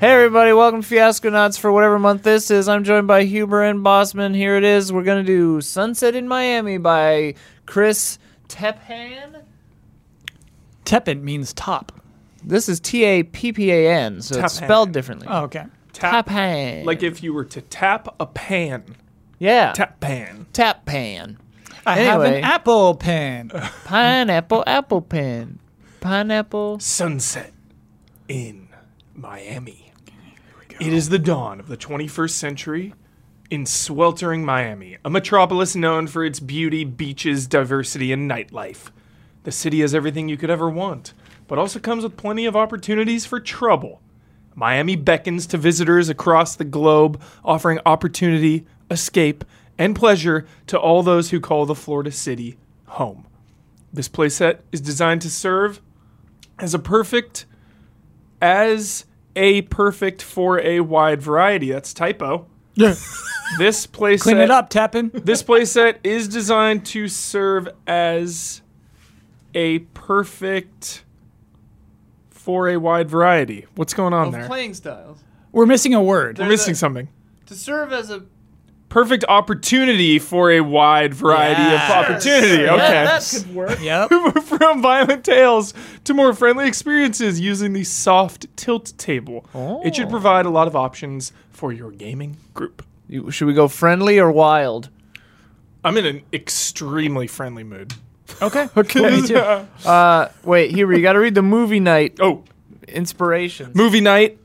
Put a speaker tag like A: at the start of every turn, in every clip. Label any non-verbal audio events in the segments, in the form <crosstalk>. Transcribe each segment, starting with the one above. A: everybody, welcome to Fiasco Nuts for whatever month this is. I'm joined by Huber and Bossman. Here it is. We're gonna do Sunset in Miami by Chris Teppan.
B: Teppan means top.
A: This is T A P P A N, so it's
C: Teppan.
A: spelled differently.
B: Oh, okay.
C: Tap,
A: Teppan.
C: like if you were to tap a pan.
A: yeah,
C: Tap pan.
A: tap pan,
B: I have
A: Anyway.
B: an apple pen.
A: pineapple, apple pen, pineapple.
C: Sunset in Miami. It is the dawn of the 21st century in sweltering Miami, a metropolis known for its beauty, beaches, diversity, and nightlife. The city has everything you could ever want, but also comes with plenty of opportunities for trouble. Miami beckons to visitors across the globe, offering opportunity, escape, and pleasure to all those who call the Florida city home. This playset is designed to serve as a perfect as a perfect for a wide variety. That's typo. This playset
B: Clean it up, Teppan.
C: This playset is designed to serve as a perfect for a wide variety. What's going on there?
A: Playing styles
B: We're missing a word.
C: We're missing something.
A: to serve as a
C: Perfect opportunity for a wide variety
B: Yes.
C: of opportunity. Okay.
A: could work.
B: Yep.
C: <laughs> from violent tales to more friendly experiences using the soft tilt table. It should provide a lot of options for your gaming group.
A: You- Should we go friendly or wild?
C: I'm in an extremely friendly mood.
A: <laughs>
B: Okay.
C: Okay.
B: me too.
A: Uh, wait, Huber, you got to read the movie night
C: oh,
A: inspirations.
C: movie night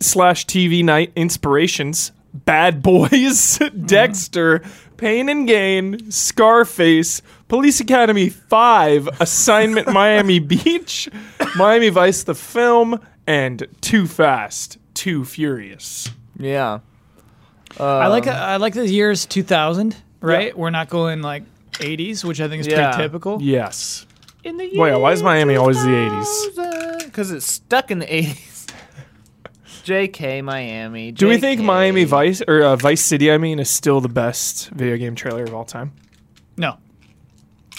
C: slash TV night inspirations. Bad Boys, <laughs> Dexter, Pain and Gain, Scarface, Police Academy 5, Assignment Miami Beach, Miami Vice the film, and Too Fast, Too Furious.
A: Yeah.
B: I like I like the years 2000. Right. We're not going like 80s, which I think is
A: Yeah.
B: pretty typical.
C: Yes.
A: In the
C: Wait, why is Miami always the 80s?
A: Because it's stuck in the 80s. JK Miami.
C: Do we think Miami Vice or uh, Vice City, I mean, is still the best video game trailer of all time?
B: No.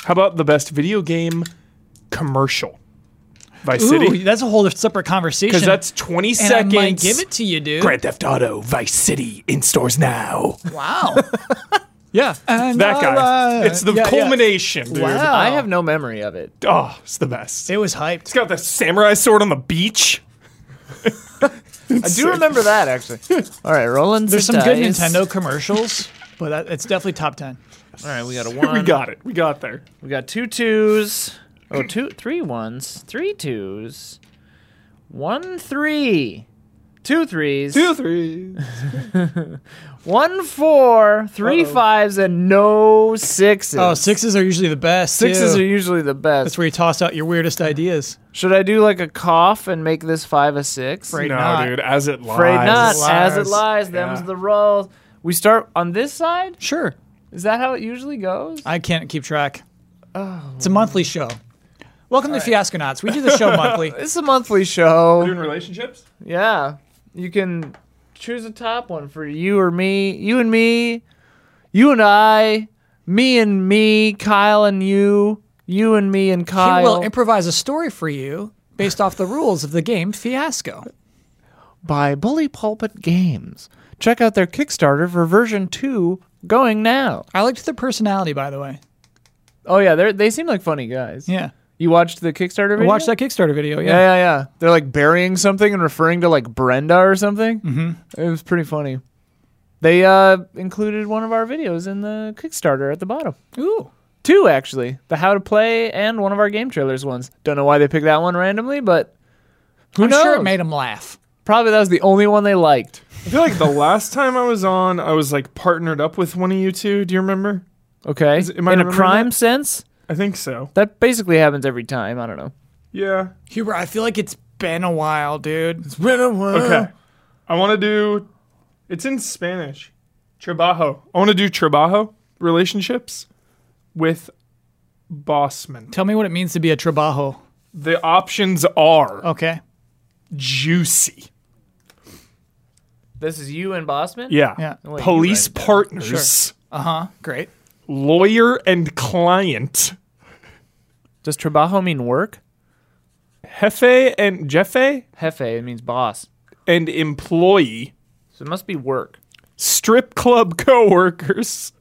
C: How about the best video game commercial? Vice
B: Ooh,
C: City,
B: that's a whole separate conversation.
C: because that's 20
B: and
C: seconds.
B: I might give it to you, dude.
C: Grand Theft Auto Vice City in stores now.
A: <laughs>
B: Wow.
C: Yeah,
B: And
C: that guy.
B: alright.
C: It's the
B: Yeah, yeah.
C: culmination, dude.
B: Wow.
A: I have no memory of it.
C: Oh, it's the best.
B: it was
C: It's
B: hyped.
C: got the samurai sword on the beach. <laughs>
A: I do remember that, actually. <laughs> All right, rolling.
B: There's some
A: the
B: good
A: dice.
B: Nintendo commercials, but that, it's definitely top 10.
A: All right, we got a one.
C: We got it. We got there.
A: We got two twos. Oh, two, three ones, three twos, one three, two threes,
C: three.
A: one four, three fives, and no sixes.
B: Oh, sixes are usually the best.
A: Sixes
B: too.
A: are usually the best.
B: That's where you toss out your weirdest ideas.
A: Should I do like a cough and make this five a six?
B: Afraid
C: no,
B: not.
C: dude. As it lies.
A: Afraid not. As it
B: Lies.
A: lies, them's
C: Yeah.
A: the rolls. We start on this side.
B: Sure.
A: Is that how it usually goes?
B: I can't keep track. It's a monthly show. Welcome to Fiasco Fiasconauts. We do the show monthly.
A: It's a monthly show.
C: Doing relationships.
A: Yeah, you can choose a top one for you or me, you and me, you and I, me and me, Kyle and you, you and me and
B: We will
A: Kyle.
B: improvise a story for you based off the rules of the game Fiasco.
A: by Bully Pulpit Games. Check out their Kickstarter for version two going now.
B: I liked their personality, by the way.
A: Oh yeah, they they seem like funny guys.
B: Yeah.
A: You watched the Kickstarter video?
B: Watch that Kickstarter video.
A: Yeah,
B: Yeah.
A: yeah, yeah. They're like burying something and referring to like Brenda or something. Mm-hmm. It was pretty funny. They uh, included one of our videos in the Kickstarter at the bottom.
B: Ooh.
A: Two actually, the how to play and one of our game trailers ones. Don't know why they picked that one randomly, but who
B: I'm
A: knows?
B: sure it made him laugh.
A: Probably that was the only one they liked.
C: I feel like the last time I was on, I was like partnered up with one of you two. Do you remember?
A: Okay,
C: Is- am I
A: in a
C: remembering
A: crime
C: that?
A: sense,
C: I think so.
A: that basically happens every time. I don't know.
C: Yeah.
B: Huber, I feel like it's been a while, dude.
C: It's been a while. Okay. I want to do. It's in Spanish. Trabajo. I want to do trabajo relationships with bossman.
B: Tell me what it means to be a trabajo.
C: The options are
B: Okay.
C: juicy.
A: This is you and Bossman.
C: Yeah.
B: Yeah.
A: Wait, you
C: Police
A: write it down.
C: partners,
B: Uh huh. Great.
C: lawyer and client,
A: Does trabajo mean work?
C: jefe and jefe,
A: Jefe, it means boss.
C: and employee,
A: So it must be work.
C: strip club <laughs> coworkers,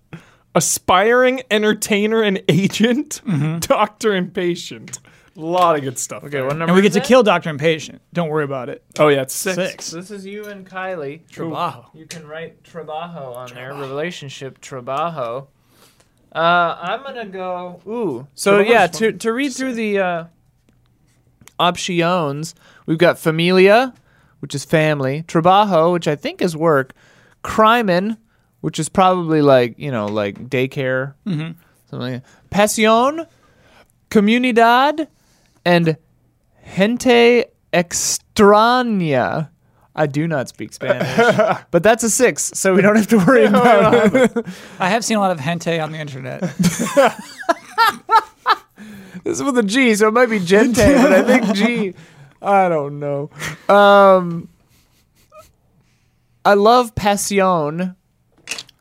C: aspiring entertainer and agent,
A: Mm-hmm.
C: doctor and patient. A lot of good stuff.
A: Okay, what number?
B: And we
A: is
B: get to
A: that?
B: kill Doctor Impatient. Don't worry about it.
C: Oh yeah, it's six.
B: Six.
A: This is you and Kylie.
B: Trabajo.
A: You can write trabajo on there. Relationship trabajo. Uh, I'm gonna go. Ooh. So
C: Trabajo's
A: yeah,
C: fun.
A: to to read through the uh, options, we've got familia, which is family. Trabajo, which I think is work. Crimen, which is probably like you know like daycare. Mm-hmm. Something. Like that. Pasión, comunidad, and gente extraña. I do not speak <laughs> Spanish, but that's a six, so we don't have to <laughs> worry about it.
B: I have seen a lot of hente on the internet.
A: This is with a G, so it might be gente, but I think G. I don't know. Um, I love Passion.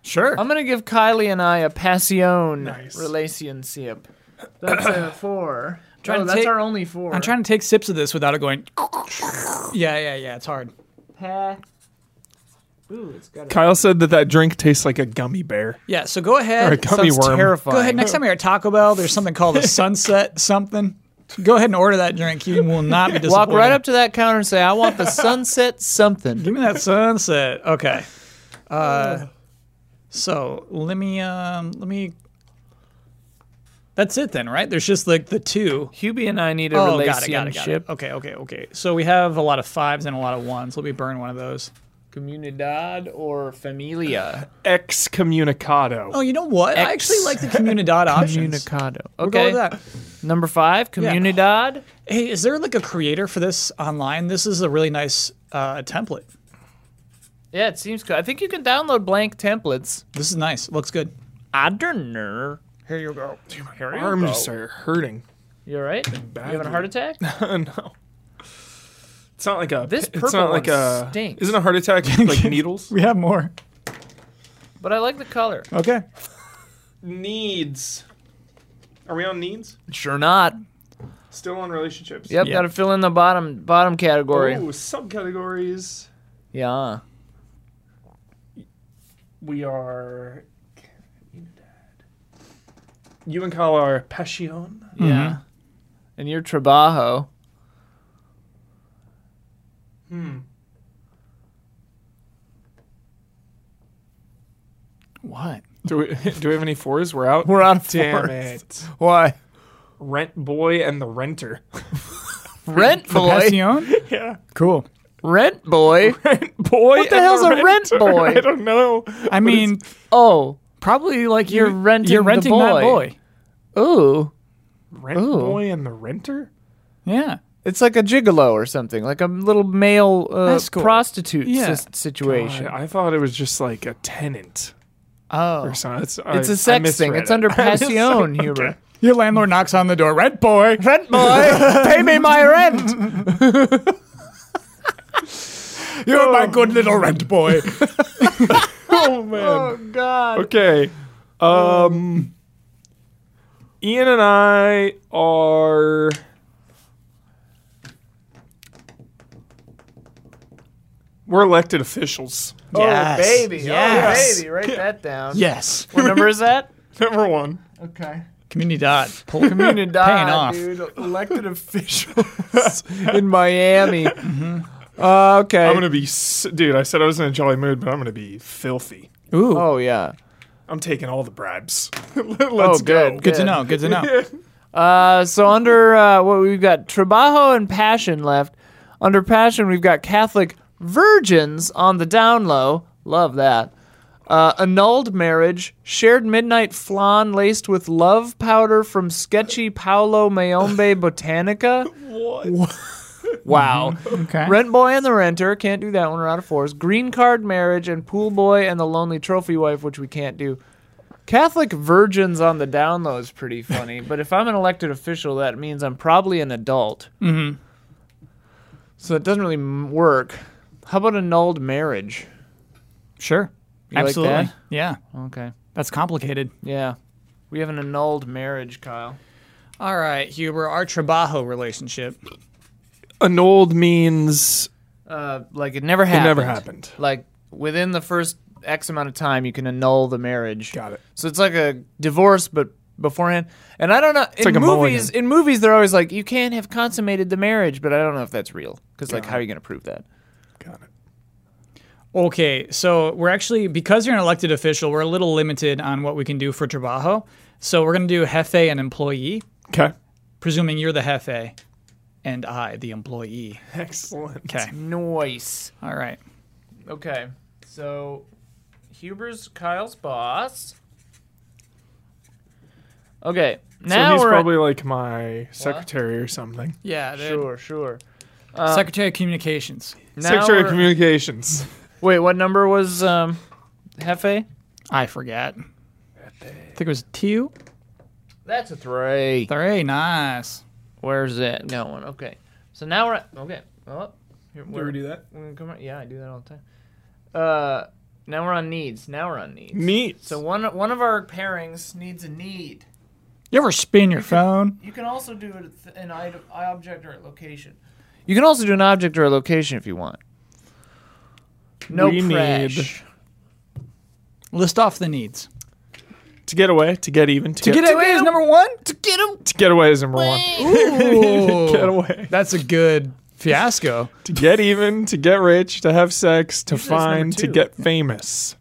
B: sure.
A: I'm gonna give Kylie and I a Passion
C: Nice.
A: relationship. That's <coughs> a four.
B: trying
A: oh,
B: to
A: that's
B: take-
A: our only 4
B: I'm trying to take sips of this without it going. Yeah, yeah, yeah. It's hard.
A: Pa- Ooh, it's got. A-
C: Kyle said that that drink tastes like a gummy bear.
B: Yeah. So go ahead.
C: Or a gummy
A: sounds
C: worm.
A: terrifying.
B: Go ahead. Next time you're at Taco Bell, there's something
A: <laughs>
B: called a sunset something. Go ahead and order that drink. You will not
A: <laughs>
B: be
A: Walk
B: disappointed.
A: right up to that counter and say, "I want
B: <laughs>
A: the sunset something."
B: Give me that sunset. Okay. Uh, so let me um let me. That's it then, right? There's just like the two.
A: Hubie and I need a
B: Oh, got it,
A: relationship.
B: got it, got it. Okay, okay, okay. So we have a lot of fives and a lot of ones. Let me burn one of those.
A: Comunidad or familia?
C: Excommunicado.
B: Oh, you know what? I actually like the Comunidad options.
A: Comunicado.
B: We'll go
A: Okay.
B: with that.
A: Number five, Comunidad.
B: Hey, is there like a creator for this online? This is a really nice uh, template.
A: Yeah. it seems good. I think you can download blank templates.
B: This is nice. Looks good.
A: I don't know.
B: Here you go.
C: My arms are hurting.
A: You alright? You having a heart
B: <laughs>
A: attack?
C: <laughs> no. It's not like a.
A: This
C: it's
A: purple
C: not like
A: one
C: a.
A: stinks.
C: Isn't a heart attack
A: <laughs>
C: like needles?
B: We have more.
A: But I like the color.
B: Okay.
C: Needs. Are we on needs?
A: Sure not.
C: Still on relationships.
A: Yep,
B: Yeah.
A: gotta fill in the bottom bottom category.
C: Oh, subcategories.
A: Yeah.
C: We are. You and Kyle are passion.
A: Yeah. And your trabajo.
B: What?
C: Do we <laughs> do we have any fours? We're out.
A: We're on
C: Damn
A: fourth.
C: it.
A: Why?
C: Rent boy and the renter.
A: <laughs> Rent boy.
B: Passion?
C: <laughs> yeah.
B: Cool.
A: Rent boy.
C: Rent boy. What
A: the hell's a rent
C: <laughs>
A: boy?
C: I don't know.
B: I mean,
A: Oh.
B: probably like
A: You're
B: you-
A: renting
B: You're
A: the
B: renting that
A: boy.
B: boy.
A: Ooh.
C: Rent
A: Ooh.
C: boy and the renter.
B: Yeah.
A: It's like a gigolo or something, like a little male uh,
B: That's cool.
A: prostitute
B: Yeah.
A: sis- situation.
C: I, I thought it was just like a tenant.
A: Oh.
C: Or something. It's,
A: It's a sex thing. It's
B: <laughs>
C: <laughs>
A: under passion, Huber.
B: Your landlord knocks on the door. Rent boy.
A: Rent boy, <laughs> pay me my rent.
B: You're my good little rent boy.
C: <laughs> oh
A: <laughs>
C: man.
A: Oh God.
C: Okay. Um Ian and I are We're elected officials.
A: Oh baby.
B: Yes.
A: Oh
B: <laughs>
A: baby. Write that down.
B: Yes.
A: What number is that?
C: <laughs> Number one.
A: Okay.
B: Community dot. Pull
A: Community
B: Paying off.
A: dude. <laughs> Elected officials in
B: <laughs>
A: Miami.
B: Mm-hmm.
A: Uh, okay.
C: I'm gonna be, s- dude. I said I was in a jolly mood, but I'm gonna be filthy.
B: Ooh.
A: oh yeah.
C: I'm taking all the bribes. <laughs> Let's
A: Oh,
C: go.
A: good.
B: good to know. Good
A: <laughs>
B: to know.
A: Uh, so under uh, what we've got trabajo and passion left. Under passion, we've got Catholic virgins on the down low. Love that. Uh, annulled marriage, shared midnight flan laced with love powder from sketchy Paolo Mayombe
B: <laughs>
A: Botanica. Mm-hmm.
C: What?
A: Wow.
B: Okay.
A: Rent boy and the renter can't do that one. We're out of fours. Green card marriage and pool boy and the lonely trophy wife, which we can't do. Catholic virgins on the down low is pretty funny, but if I'm an elected official, that means I'm probably an adult. Mm-hmm. So it doesn't really m- work. How about annulled marriage?
B: Sure.
A: You like
B: Absolutely.
A: that?
B: Yeah.
A: Okay.
B: That's complicated.
A: Yeah. We have an annulled marriage, Kyle.
B: All right, Huber. Our trabajo relationship.
C: Annulled means
A: Uh, like it never
C: It
A: happened.
C: never happened.
A: Like within the first X amount of time, you can annul the marriage.
C: Got it.
A: So it's like a divorce, but beforehand. And I don't know. in
C: like a
A: movies,
C: mulligan.
A: in movies, they're always like, you can't have consummated the marriage, but I don't know if that's real. Because like, how are you going to prove that?
C: Got it.
B: Okay, so we're actually because you're an elected official, we're a little limited on what we can do for trabajo. So we're gonna do jefe and employee,
C: Okay.
B: presuming you're the jefe and I the employee.
C: Excellent.
B: Okay,
A: Noise.
B: all right.
A: Okay. So Huber's Kyle's boss. Okay. Now
C: so he's
A: we're at-
C: probably like my secretary or something.
A: <laughs>
B: Yeah,
A: sure, Uh, sure.
B: Secretary of Communications.
A: Now
C: secretary of
A: we're-
C: Communications.
A: Wait, what number was um Hefe?
B: I forget. I think it was two.
A: That's a three.
B: Very nice.
A: Where's that going? Okay. So now we're at, okay. Well, here, where,
C: that?
A: mm, Come on. Yeah, I do that all the time. Uh, now we're on needs. Now we're on needs.
C: Neat.
A: So one one of our pairings needs a need.
B: You ever spin your phone?
A: You can also do it at an item, object or a location. You can also do an object or a location if you want. No
C: We need-
A: crash.
B: List off the needs.
C: to get away, to get even, to,
B: To
C: get,
B: get away is number <laughs> one.
A: To get him.
C: to get away is number one. get away.
B: That's a good fiasco.
C: To get even, to get rich, to have sex, to
A: said it's number
C: find, to
A: two.
C: get famous.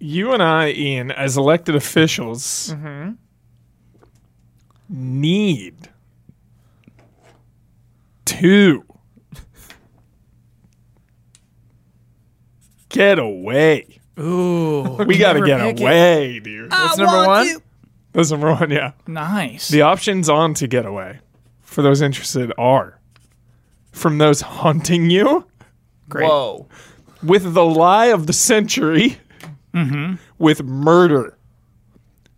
C: You and I, Ian, as elected officials,
B: Mm-hmm.
C: need to get away.
B: Ooh.
C: We gotta
B: never
C: get
B: pick it.
C: away, dude.
A: That's number one.
C: That's number one, yeah.
B: Nice.
C: The options on to get away for those interested are from those hunting you
B: Great.
A: Whoa.
C: with the lie of the century, Mm-hmm. with murder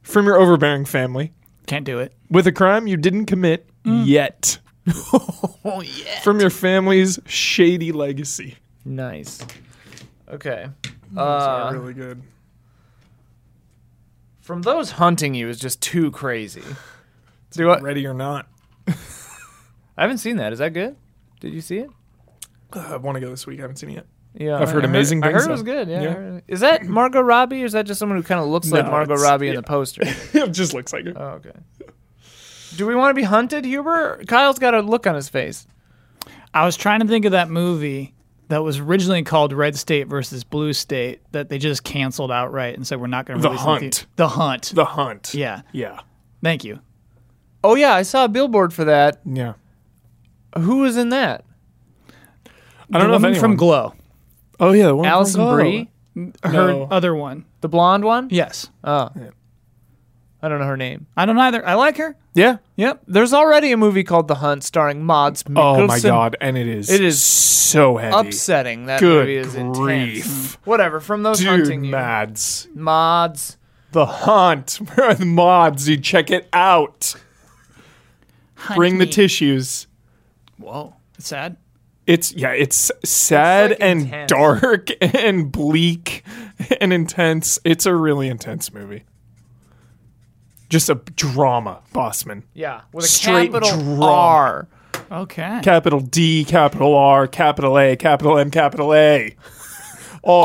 C: from your overbearing family,
B: Can't do it.
C: with a crime you didn't commit <laughs> yet,
A: Oh yeah.
C: from your family's shady legacy.
A: Nice. Okay. Uh,
C: That's really good.
A: From those hunting you is just too crazy. Do I,
C: Ready or not,
A: I haven't seen that. Is that good? Did you see it?
C: I want to go this week. I haven't seen it yet.
A: Yeah,
C: I've
A: I-
C: heard
A: I
C: amazing
A: I
C: things,
A: heard it was
C: though.
A: good. Yeah. I
C: Yeah.
A: heard it- Is that Margot Robbie or is that just someone who kind of looks like
C: No,
A: Margot
C: it's-
A: Robbie in
C: yeah.
A: the
C: <laughs>
A: poster?
C: it just looks like it.
A: Oh, okay. Do we want to be hunted, Huber? Kyle's got a look on his face.
B: I was trying to think of that movie that was originally called Red State versus Blue State that they just canceled outright and said we're not going to
C: The
B: release It in
C: Hunt.
B: the- the Hunt.
C: the hunt.
B: yeah.
C: Yeah.
B: Thank you.
A: Oh yeah, I saw a billboard for that.
C: Yeah.
A: Who was in that?
C: I don't
B: the
C: know if
B: woman
C: anyone.
B: from Glow.
C: oh yeah, the one from
A: Allison
C: Glow.
A: Brie,
B: Her
C: No.
B: other one.
A: the blonde one.
B: Yes.
A: Oh.
C: Yeah.
A: I don't know her name.
B: I don't either. I like her.
C: Yeah.
A: Yep. There's already a movie called The Hunt starring Mods.
C: Oh
A: Mikkelsen.
C: my god, and it is
A: It is
C: so heavy.
A: upsetting. That
C: Good
A: movie is
C: grief.
A: intense. Whatever. From those
C: Dude,
A: hunting you.
C: Mads.
A: mods.
C: The Hunt. <laughs> Where are the mods? You check it out. Bring the
B: me.
C: tissues.
B: Whoa. It's sad.
C: It's yeah, it's sad
A: like,
C: and
A: intense.
C: dark <laughs> and bleak and intense. It's a really intense movie. Just a drama, Bossman.
A: Yeah. With a
C: Straight
A: capital
C: drama.
A: R.
B: Okay.
C: Capital D, capital R, capital A, capital M, capital A. All,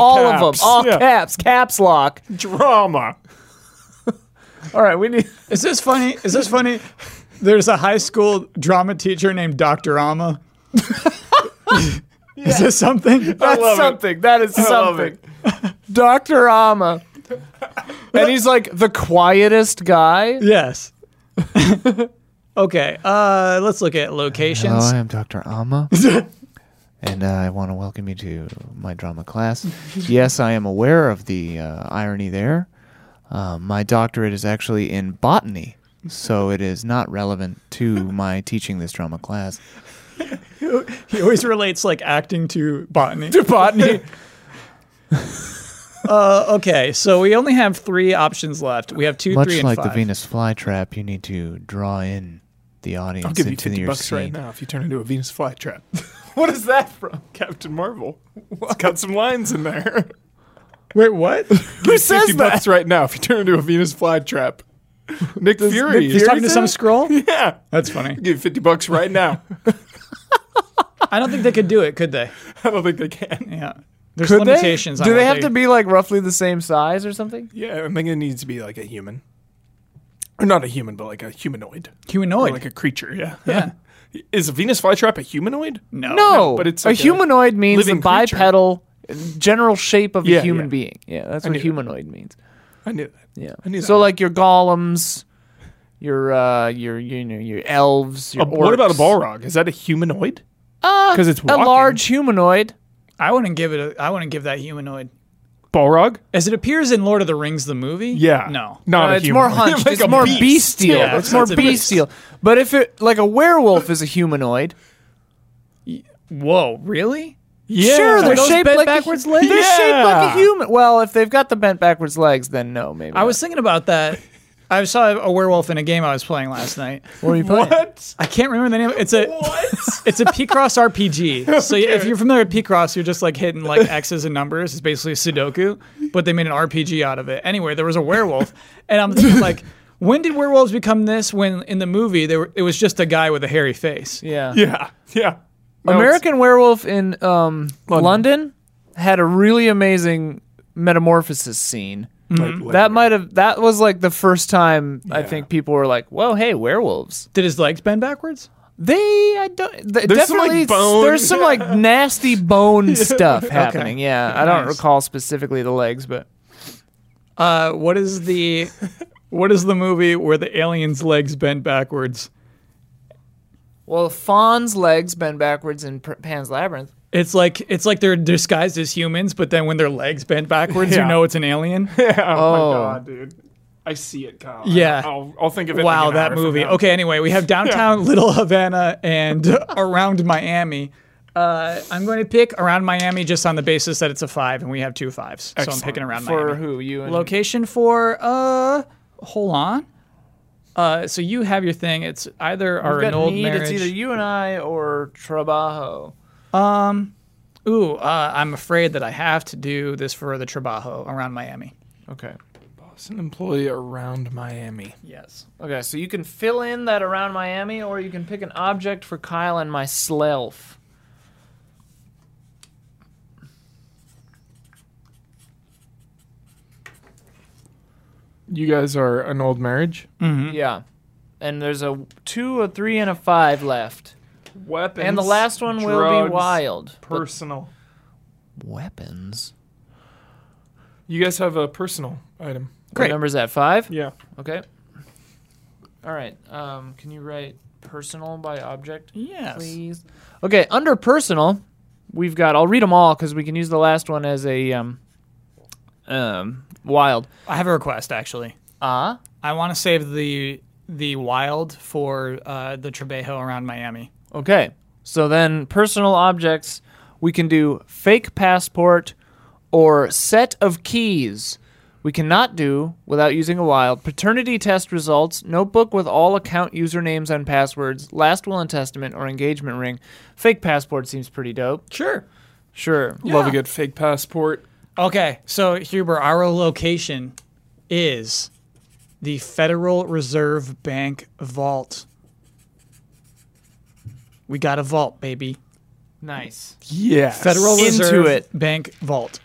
A: <laughs> All of
C: caps.
A: them. All
C: Yeah.
A: caps. Caps lock.
C: Drama. <laughs>
A: All right. We need.
B: Is this funny? Is this funny? There's a high school drama teacher named Dr.
C: <laughs>
B: Ama. Is this something?
A: That's
C: love it.
A: something. That is
C: love
A: something. Dr. Ama. and he's like the quietest guy.
B: Yes. <laughs> okay. Uh, let's look at locations.
D: Hello, I am Dr.
A: <laughs>
D: Alma. and uh, I want to welcome you to my drama class. yes, I am aware of the uh, irony there. Uh, my doctorate is actually in botany, so it is not relevant to my teaching this drama class.
B: He always relates like acting to botany.
A: Botany.
B: <laughs> Uh, okay, so we only have three options left. We have two,
D: Much
B: three, and
D: like
B: five.
D: the Venus flytrap, you need to draw in the audience
C: I'll give you
D: into
C: 50
D: your
C: bucks
D: scene.
C: right now if you turn into a Venus flytrap. <laughs>
A: what is that from?
C: Captain Marvel. It's got some lines in there.
B: Wait, what?
C: <laughs> Who says 50
A: that?
C: bucks right now if you turn into a Venus flytrap. Nick Fury.
B: He's talking to some
C: Is-
B: scroll.
C: Yeah.
B: That's funny.
C: Give you 50 bucks right now.
B: I don't think they could do it, could they?
C: <laughs> I don't think they can.
B: Yeah. There's
A: Could they?
B: limitations.
A: Do
B: on
A: they
B: what
A: have to be like roughly the same size or something?
C: Yeah, I think it needs to be like a human, or not a human, but like a humanoid,
B: humanoid?
C: Or like a creature. Yeah,
B: yeah.
C: Is a Venus flytrap a humanoid?
B: No.
A: No,
C: but it's
A: a
C: like a
A: humanoid means the
C: living creature.
A: bipedal general shape of
C: Yeah,
A: a human
C: yeah.
A: being. Yeah, that's
C: I
A: what
C: knew that.
A: humanoid means.
C: I knew that.
A: Yeah.
C: I knew
A: So
C: that.
A: like your golems, your uh, your you know your elves. Your
C: A- Uh, what about a
A: orcs.
C: Balrog? Is that a humanoid? 'Cause
A: Because
C: it's
A: a
C: walking.
A: large humanoid.
B: I wouldn't give it. A, I wouldn't give that humanoid.
C: Balrog?
B: As it appears in Lord of the Rings, the movie.
C: Yeah.
B: No.
C: Not
A: Uh,
C: a
A: it's more
C: <laughs> humanoid.
A: hunched.
C: Like
A: it's
C: a
A: more
C: beast.
A: bestial.
B: Yeah,
A: it's more
B: it's a beast.
A: bestial. But if it like a werewolf is a humanoid,
B: Whoa, really?
C: Yeah.
A: sure they're
B: those
A: shaped
B: bent
A: like
B: backwards
A: a,
B: legs?
A: They're shaped like
C: Yeah.
A: a human. Well, if they've got the bent backwards legs, then no, maybe.
B: I was thinking about that. I saw a werewolf in a game I was playing last night.
A: What are you playing? <laughs>
C: What?
B: I can't remember the name. It's a it's a P-Cross RPG. So if you're familiar with P-Cross, you're just like hitting like X's and numbers. It's basically Sudoku, but they made an RPG out of it. Anyway, there was a werewolf, and I'm thinking like, when did werewolves become this? When in the movie they were, it was just a guy with a hairy face.
A: Yeah.
C: <laughs> <laughs> Yeah. Yeah. No,
A: American Werewolf in um, London. had a really amazing metamorphosis scene.
C: it's like later.
A: That might have that was like the first time I
C: Yeah.
A: think people were like, "Well, hey, werewolves."
B: Did his legs bend backwards?
A: They I don't th-
C: There's some, like,
A: definitely
C: bone-
A: there's some like
C: <laughs>
A: nasty bone stuff happening. Yeah, I don't
B: Nice.
A: recall specifically the legs, but
B: Uh, what is the what is the movie where the alien's legs bend backwards?
A: well, Fawn's legs bend backwards in P- Pan's Labyrinth.
B: It's like it's like they're disguised as humans, but then when their legs bend backwards,
C: Yeah.
B: you know it's
A: <laughs>
B: an alien.
C: <laughs> Oh,
A: Oh.
C: my god, dude. I see it, Kyle.
B: Yeah.
C: I'll, I'll think of it.
B: Wow,
C: like an hour
B: that
C: from
B: movie.
C: now.
B: Okay,
A: <laughs>
B: anyway, we have downtown Little Havana and <laughs> around Miami. Uh, I'm going to pick around Miami just on the basis that it's a five, and we have two fives. So
C: Excellent.
B: I'm picking around
A: For
B: Miami.
A: who you and
B: Location for uh, hold on. Uh, so you have your thing. It's either
A: We've
B: our
A: got
B: old
A: need,
B: marriage.
A: It's either you and I or Trabajo.
B: Ooh, uh, I'm afraid that I have to do this for the Trabajo around Miami.
A: Okay.
C: It's an employee around Miami.
B: Yes.
A: Okay, so you can fill in that around Miami, or you can pick an object for Kyle and my slelf.
C: You guys are an old marriage.
A: Yeah, and there's a two, a three, and a five left,
C: Weapons.
A: and the last one will be
C: drugs,
A: wild. But-
C: Personal.
E: Weapons.
C: You guys have a personal item.
A: What number is that? Five.
C: Yeah.
A: Okay. All right. Um, can you write personal by object,
B: Yes.
A: please? Okay. Under personal, we've got. I'll read them all because we can use the last one as a um, um, wild.
B: I have a request actually.
A: Ah.
B: I want to save the the wild for uh, the Trabajo around Miami.
A: Okay. So then personal objects, we can do fake passport or set of keys. We cannot do without using a wild. Paternity test results, notebook with all account usernames and passwords, last will and testament, or engagement ring. Fake passport seems pretty dope.
B: Sure.
A: Sure.
C: Love a good fake passport.
B: Okay, so Huber, our location is the Federal Reserve Bank vault. We got a vault, baby.
A: Nice.
C: Yeah.
B: Federal
A: Into
B: Reserve
A: it.
B: Bank vault.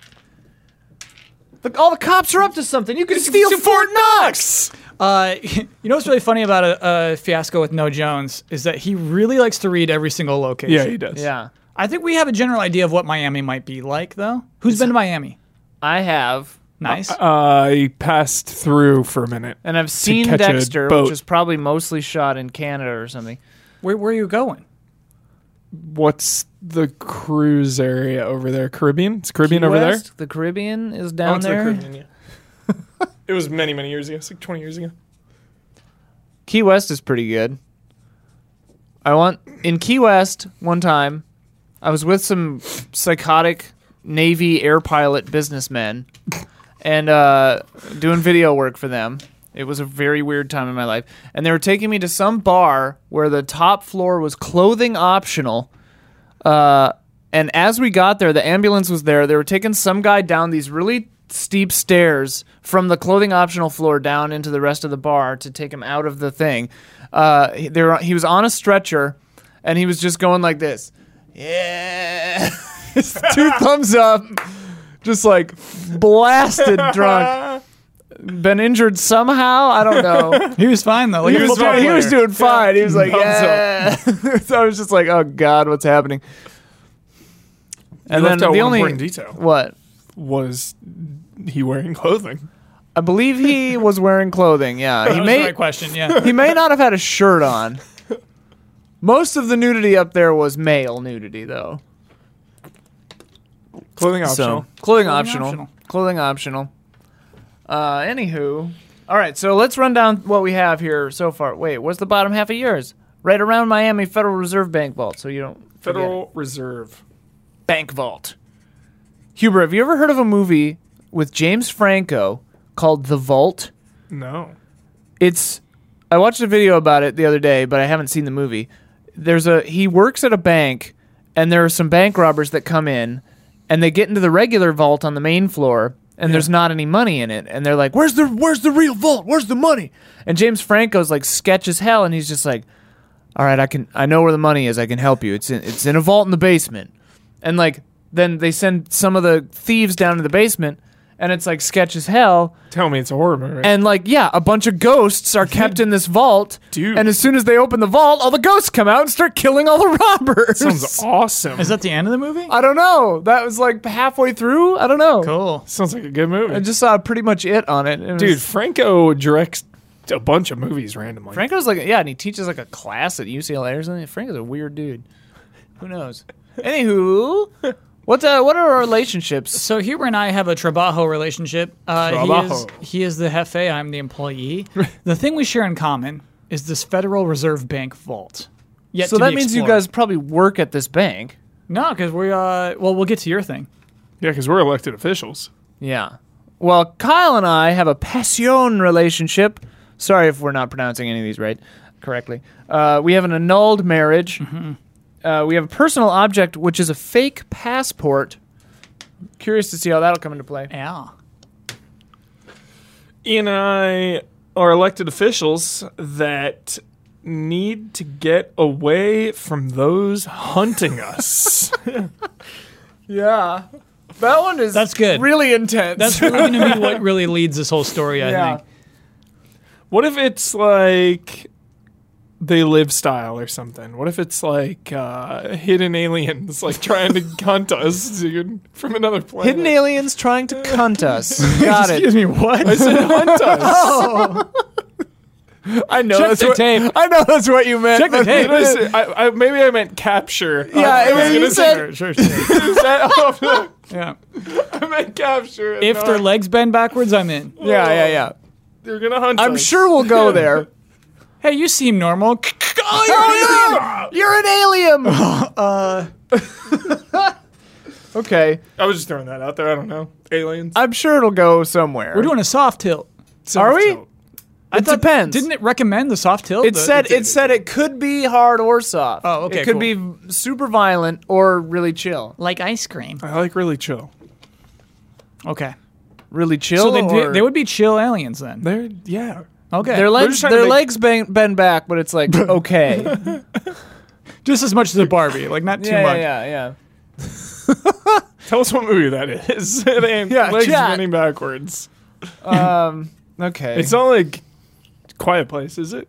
A: The, all the cops are up to something. You can steal Fort Knox.
B: Uh, <laughs> you know what's really funny about a, a fiasco with No Jones is that he really likes to read every single location.
C: Yeah, he does.
A: Yeah.
B: I think we have a general idea of what Miami might be like, though. Who's been to Miami?
A: I have
B: Nice.
C: Uh, I passed through for a minute.
A: and I've seen
C: catch a
A: Dexter,
C: boat.
A: which is probably mostly shot in Canada or something.
B: Where, where are you going?
C: What's the cruise area over there? Caribbean? It's Caribbean over
A: West, The Caribbean is
C: there?
A: down there.
C: yeah. <laughs> it was many, many years ago. It's like 20 years ago.
A: Key West is pretty good. I want in Key West one time, I was with some psychotic Navy air pilot businessmen and uh, doing video work for them. It was a very weird time in my life. And they were taking me to some bar where the top floor was clothing optional. Uh, and as we got there, the ambulance was there. They were taking some guy down these really steep stairs from the clothing optional floor down into the rest of the bar to take him out of the thing. Uh, he- they were, he was on a stretcher, and he was just going like this. Yeah. <laughs> Two thumbs up. Just like blasted drunk. Been injured somehow. I don't know.
B: He was fine though.
A: <laughs>
B: Like,
A: He was,
B: football
A: doing, he was
B: player.
A: doing fine. He was like,
C: Thumbs
A: yeah. <laughs> so I was just like, oh God, what's happening? And
C: You
A: then
C: left out
A: the
C: one
A: only
C: important detail
A: what
C: was he wearing clothing?
A: I believe he was wearing clothing. Yeah,
B: That
A: he
B: was the
A: may
B: right question. Yeah.
A: he may not have had a shirt on. Most of the nudity up there was male nudity, though.
C: Clothing optional.
A: So clothing,
B: optional.
A: optional. Clothing optional. Uh, anywho, all right. So let's run down what we have here so far. Wait, what's the bottom half of yours? Right around Miami Federal Reserve Bank vault. So you don't forget it.
C: Federal Reserve.
A: Bank Vault. Huber, have you ever heard of a movie with James Franco called The Vault?
C: No.
A: It's I watched a video about it the other day, but I haven't seen the movie. There's a he works at a bank and there are some bank robbers that come in and they get into the regular vault on the main floor and there's not any money in it and they're like, "Where's the where's the real vault? Where's the money?" And James Franco's like sketch as hell and he's just like, "All right, I can I know where the money is. I can help you. It's in it's in a vault in the basement." And like then they send some of the thieves down to the basement and it's like sketch as hell
C: Tell me it's a horror movie.
A: and like yeah a bunch of ghosts are kept in this vault
C: Dude.
A: and as soon as they open the vault all the ghosts come out and start killing all the <laughs> robbers
C: sounds
B: <laughs>
C: awesome.
B: Is that the end of the movie?
A: i don't know that was like halfway through i don't know
B: Cool.
C: sounds like a good movie.
A: i just saw pretty much it on it, It was-
C: Dude, Franco directs a bunch of movies randomly.
A: franco's like yeah and he teaches like a class at ucla or something franco's a weird dude who
B: <laughs>
A: knows anywho what uh, what are our relationships
B: So Huber and I have a trabajo relationship. Uh, he, is,
C: Trabajo.
B: he is the jefe. I'm the employee. <laughs> the thing we share in common is this Federal Reserve Bank vault. Yet
A: so
B: to
A: that
B: be
A: means you
B: explored.
A: guys probably work at this bank
B: No, because we uh well we'll get to your thing.
C: Yeah, because we're elected officials.
A: Yeah. Well, Kyle and I have a passion relationship. Sorry if we're not pronouncing any of these right correctly. Uh, we have an annulled marriage. Uh, we have a personal object, which is a fake passport. Curious to see how that'll come into play.
B: Yeah.
C: Ian and I are elected officials that need to get away from those <laughs> hunting us.
A: Yeah. That one is
B: That's good.
A: really intense.
B: That's really gonna be what really leads this whole <laughs> story, I
A: Yeah.
B: think.
C: what if it's like they live style or something? What if it's like uh, hidden aliens like trying to <laughs> hunt us, dude, from another planet?
A: Hidden aliens trying to cunt <laughs> us. Got it. Oh.
B: Excuse me, what?
C: <laughs> Hunt us.
A: I know
C: Check
A: that's
C: the
A: what
C: tape.
A: I know that's what you meant.
C: <laughs>
A: but- <laughs>
C: Did I say- I- I- maybe I meant capture. Uh,
A: Yeah, it
C: I
A: was- you
C: gonna
A: said-
C: say-
B: Sure, sure,
A: <laughs>
B: sure.
C: is that- oh, no,
B: Yeah.
C: I meant capture.
B: If
C: No,
B: their legs bend backwards, I'm in.
A: Yeah, yeah, yeah.
C: they're gonna hunt
A: I'm
C: us.
A: sure we'll go there.
B: Hey, you seem normal. <laughs>
A: Oh, no! You're an alien! <laughs> uh. okay.
C: I was just throwing that out there. I don't know. Aliens.
A: I'm sure it'll go somewhere.
B: We're doing a soft tilt.
A: Are we?
C: Soft
A: It depends.
B: Didn't it recommend the soft tilt?
A: it
B: The-
A: said it said it could be hard or soft.
B: Oh, okay,
A: It could
B: cool.
A: be v- super violent or really chill.
B: like ice cream.
C: I like really chill.
B: Okay.
A: Really chill.
B: So they
A: or-
B: did, they would be chill aliens then.
C: They're yeah.
B: Okay.
A: their legs
C: just trying
A: their
C: to make-
A: legs bang, bend back, but it's
B: <laughs>
A: like okay.
B: just as much as a Barbie, like not too
A: yeah,
B: much.
A: yeah, yeah.
C: Tell us what movie that is. <laughs> it ain't
A: Yeah,
C: legs
A: chat.
C: running backwards.
B: <laughs>
A: yeah. Um okay.
C: It's not like Quiet Place, is it?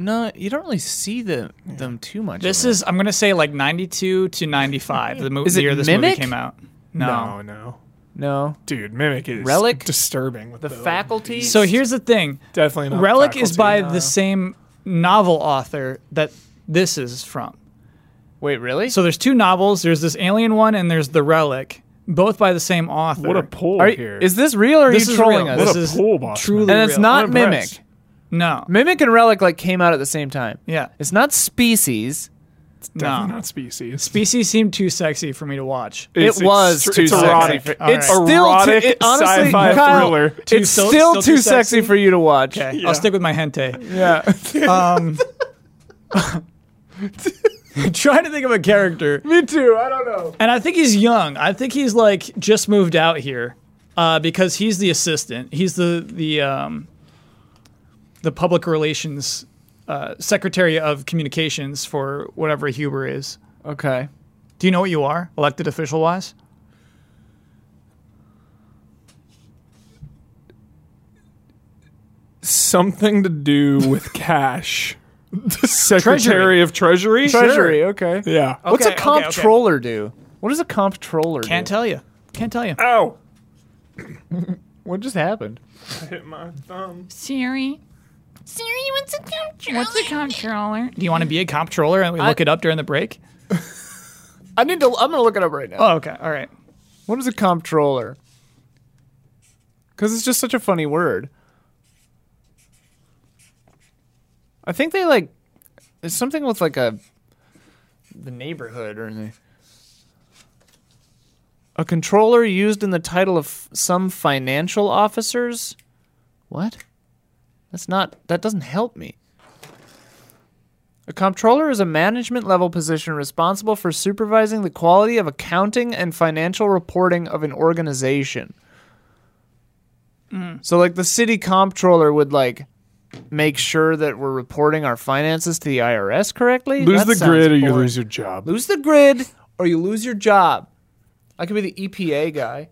A: no, you don't really see the, them too much.
B: This
A: in
B: is I'm gonna say like 92 to 95. The, mo-
A: Is
B: the
A: it
B: year this
A: Mimic?
B: movie came out. No.
C: no, no.
A: it. no.
C: dude. Mimic is
A: Relic?
C: disturbing. With
A: The faculty
B: So here's the thing.
C: definitely not
B: Relic is by
C: Faculty.
B: the same novel author that this is from.
A: Wait, really?
B: So there's two novels. There's this Alien one and there's The Relic, both by the same author.
C: What a pull
A: Are you-
C: here.
A: is this real or are
B: This
A: you
B: is
A: trolling
B: real.
A: us?
C: what
B: this
C: a
B: is
C: pull, boss.
B: truly
C: man.
A: and it's
B: real.
A: not
C: I'm
A: mimic.
C: impressed.
B: no.
A: Mimic and Relic like came out at the same time.
B: Yeah.
A: It's not species.
C: Definitely
B: No.
C: not species.
B: Species seemed too sexy for me to watch.
A: it was
C: extr-
A: too
C: it's
A: sexy.
C: erotic.
A: for-
B: All
A: It's
B: right.
A: still
C: Erotic
A: too, it, honestly,
C: sci-fi
A: Kyle,
C: thriller.
A: It's
B: Too-
A: still,
B: still-
A: too,
B: still too
A: sexy?
B: sexy?
A: for you to watch.
B: Okay,
C: Yeah.
B: I'll stick with my hente.
A: Yeah. <laughs>
B: Um, trying to think of a character,
A: Me too. I don't know.
B: and I think he's young. I think he's like just moved out here uh, because he's the assistant. He's the the um, the public relations uh, secretary of communications for whatever Huber is.
A: Okay.
B: Do you know what you are, elected official wise?
C: Something to do
A: <laughs>
C: with cash. Secretary of Treasury.
A: Treasury, Oh. okay.
C: Yeah.
A: What's a
B: okay, okay.
A: comptroller do? What does a comptroller
B: Can't
A: do?
B: tell you. Can't tell you.
C: Ow!
A: what just happened?
C: Hit my thumb.
F: Siri. Siri, what's a controller? What's a controller?
B: Do you want to be a comptroller and we look it up during the break?
A: I need to. I'm gonna look it up right now.
B: Oh, okay. All right.
A: What is a comptroller? Because it's just such a funny word. I think they like. It's something with like a. The neighborhood or the. A controller used in the title of some financial officers. What? That's not. That doesn't help me. A comptroller is a management level position responsible for supervising the quality of accounting and financial reporting of an organization. So, like, the city comptroller would, like, make sure that we're reporting our finances to the IRS correctly.
C: Lose
A: That
C: the
A: sounds
C: grid or you
A: boring.
C: lose your job.
A: Lose the grid or you lose your job. I could be the EPA guy.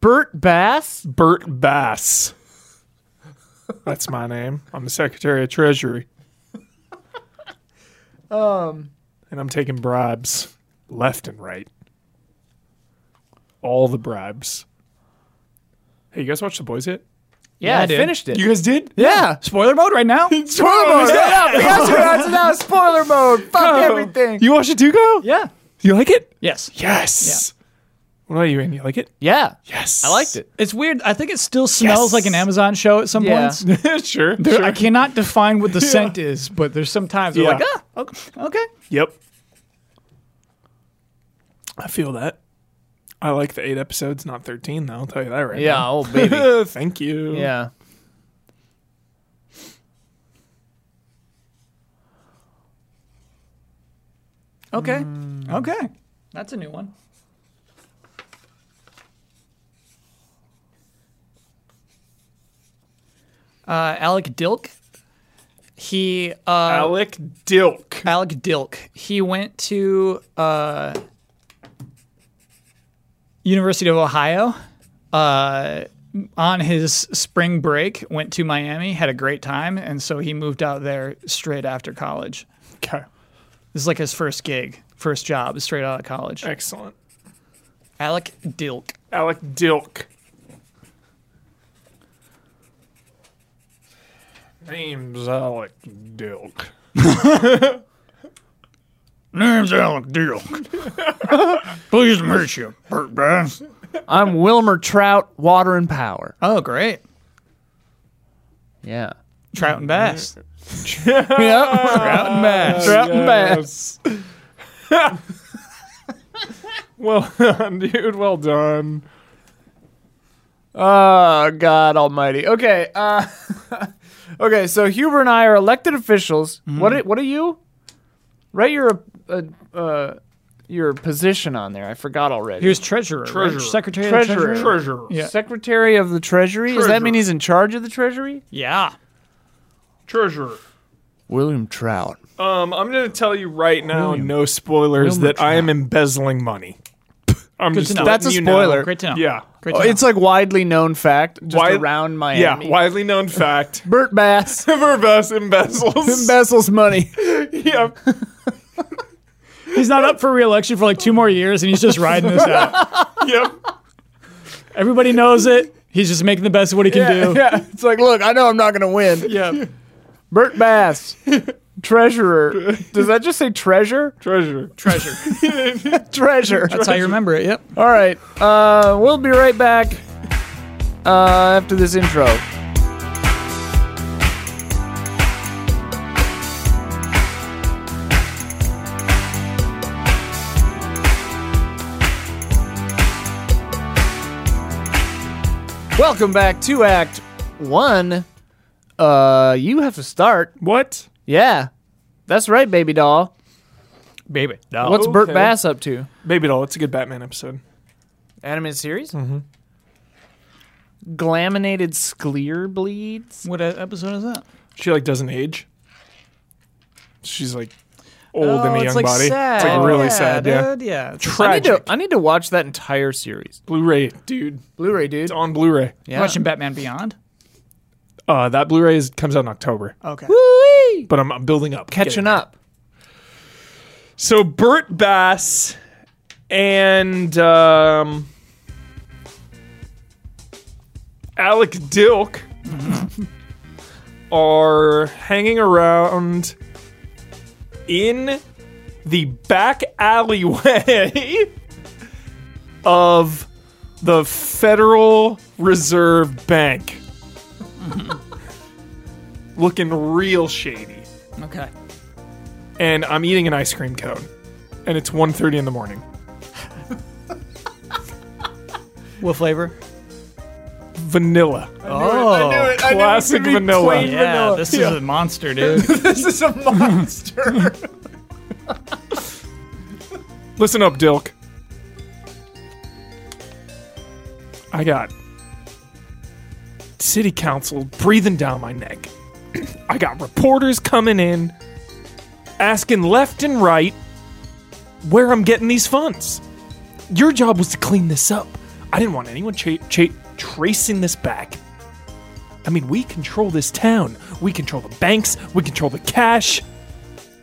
A: Bert Bass?
C: Bert Bass. That's my name. I'm the Secretary of Treasury. Um. And I'm taking bribes left and right. All the bribes. Hey, you guys watched The Boys yet?
A: Yeah, I
B: dude.
A: finished it.
C: You guys did?
A: yeah.
B: Spoiler mode right <laughs> now?
A: Spoiler mode. Yeah, we got to now. Spoiler mode. Fuck everything.
C: You watched it too, Kyle?
A: yeah.
C: You like it?
B: yes.
C: Yes. What about you, Andy? You like it?
A: Yeah.
C: Yes.
A: I liked it.
B: It's weird. I think it still smells
C: Yes.
B: like an Amazon show at some
A: Yeah.
B: points.
C: <laughs> sure.
B: There-
C: sure.
B: I cannot define what the scent is, but there's sometimes
C: Yeah.
B: we're like, ah, okay, okay.
C: Yep. I feel that. I like the eight episodes, not thirteen. Though I'll tell you that right
A: Yeah, oh
C: now. <laughs>
A: baby.
C: Thank
A: <laughs>
C: you.
A: yeah.
B: Okay.
C: Mm.
B: Okay. That's a new one. Uh, Alec Dilk. He uh,
C: Alec Dilk.
B: Alec Dilk. He went to uh, University of Ohio uh, on his spring break. Went to Miami, had a great time, and so he moved out there straight after college.
C: Okay.
B: This is like his first gig, first job, straight out of college.
C: Excellent.
B: Alec Dilk.
C: Alec Dilk. Name's Alec Dilk.
B: Name's Alec Dilk. Please meet you, Bert Bass.
A: I'm Wilmer Trout, Water and Power.
B: Oh, great.
A: Yeah.
B: Trout and Bass.
A: <laughs> Yep.
B: Trout and Bass.
A: Trout and Bass.
C: Yes. <laughs> well <laughs> done, dude. Well done.
A: Oh, God almighty. Okay. Uh, <laughs> okay, so Huber and I are elected officials. What, are, what are you? Write your, uh, uh, your position on there. I forgot already.
B: Here's Treasurer. right?
C: Treasurer.
B: Secretary
A: Treasurer.
B: of the Treasury.
C: Treasure.
B: Yeah.
A: Secretary of the Treasury. Does that mean
C: Treasurer.
A: he's in charge of the Treasury?
B: Yeah.
C: Treasure.
A: William Trout.
C: Um, I'm gonna tell you right now, no spoilers,
A: Wilmer
C: that I am embezzling money. I'm
B: Good
C: just
B: to know.
C: letting
A: That's a
C: you know.
A: spoiler.
B: Great to know.
C: Yeah.
B: Great to
A: Oh,
B: know.
A: it's like widely known fact just
C: Wide-
A: around
C: Yeah,
A: Miami.
C: widely known fact.
A: Bert <laughs> Bass
C: Vervas embezzles.
A: embezzles money.
C: <laughs> yep.
B: he's not up for re-election for like two more years, and he's just
A: <laughs>
B: riding this out.
C: Yep.
B: Everybody knows it. He's just making the best of what he can
A: <laughs>
B: do.
A: yeah, it's like, look, I know I'm not going to win.
B: Yeah.
A: Bert <laughs> Bass, treasurer. Does that just say treasure?
C: Treasure.
B: Treasure.
A: Treasure.
B: That's how you remember it. Yep.
A: All right. Uh, we'll be right back uh, after this intro. Welcome back to Act One. Uh, you have to start.
C: What?
A: Yeah, that's right, baby doll.
B: Baby.
A: What's Bert
C: Okay.
A: Bass up to?
C: Baby doll. It's a good Batman episode.
A: Animated series? Mm-hmm. Glaminated Sclear bleeds?
B: e-, What episode is that?
C: She like doesn't age. She's like old in
B: Oh,
C: a
B: it's
C: young
B: like
C: body.
B: sad.
C: It's like really
B: yeah,
C: sad. Yeah.
B: dude, yeah. It's
A: I need, to,
C: Tragic.
A: I need to watch that entire series.
C: Blu-ray, dude.
A: Blu-ray, dude.
C: It's on Blu-ray.
A: Yeah.
B: Watching Batman Beyond.
C: Uh, that Blu-ray is, comes out in October,
B: Okay.
A: Woo-wee!
C: but I'm, I'm building up,
A: Catching
C: Getting there.
A: up.
C: So Burt Bass and um, Alec Dilk are hanging around in the back alleyway <laughs> of the Federal Reserve Bank. <laughs> Looking real shady
B: Okay.
C: and I'm eating an ice cream cone, and it's 1.30 in the morning.
B: What flavor?
C: Vanilla.
B: Oh,
C: Classic vanilla.
B: yeah. This is a monster, dude. <laughs>
A: This is a monster.
C: Listen up, Dilk. I got city council breathing down my neck. <clears throat> I got reporters coming in asking left and right where I'm getting these funds. Your job was to clean this up. I didn't want anyone cha- cha- tracing this back. I mean, we control this town. We control the banks. We control the cash.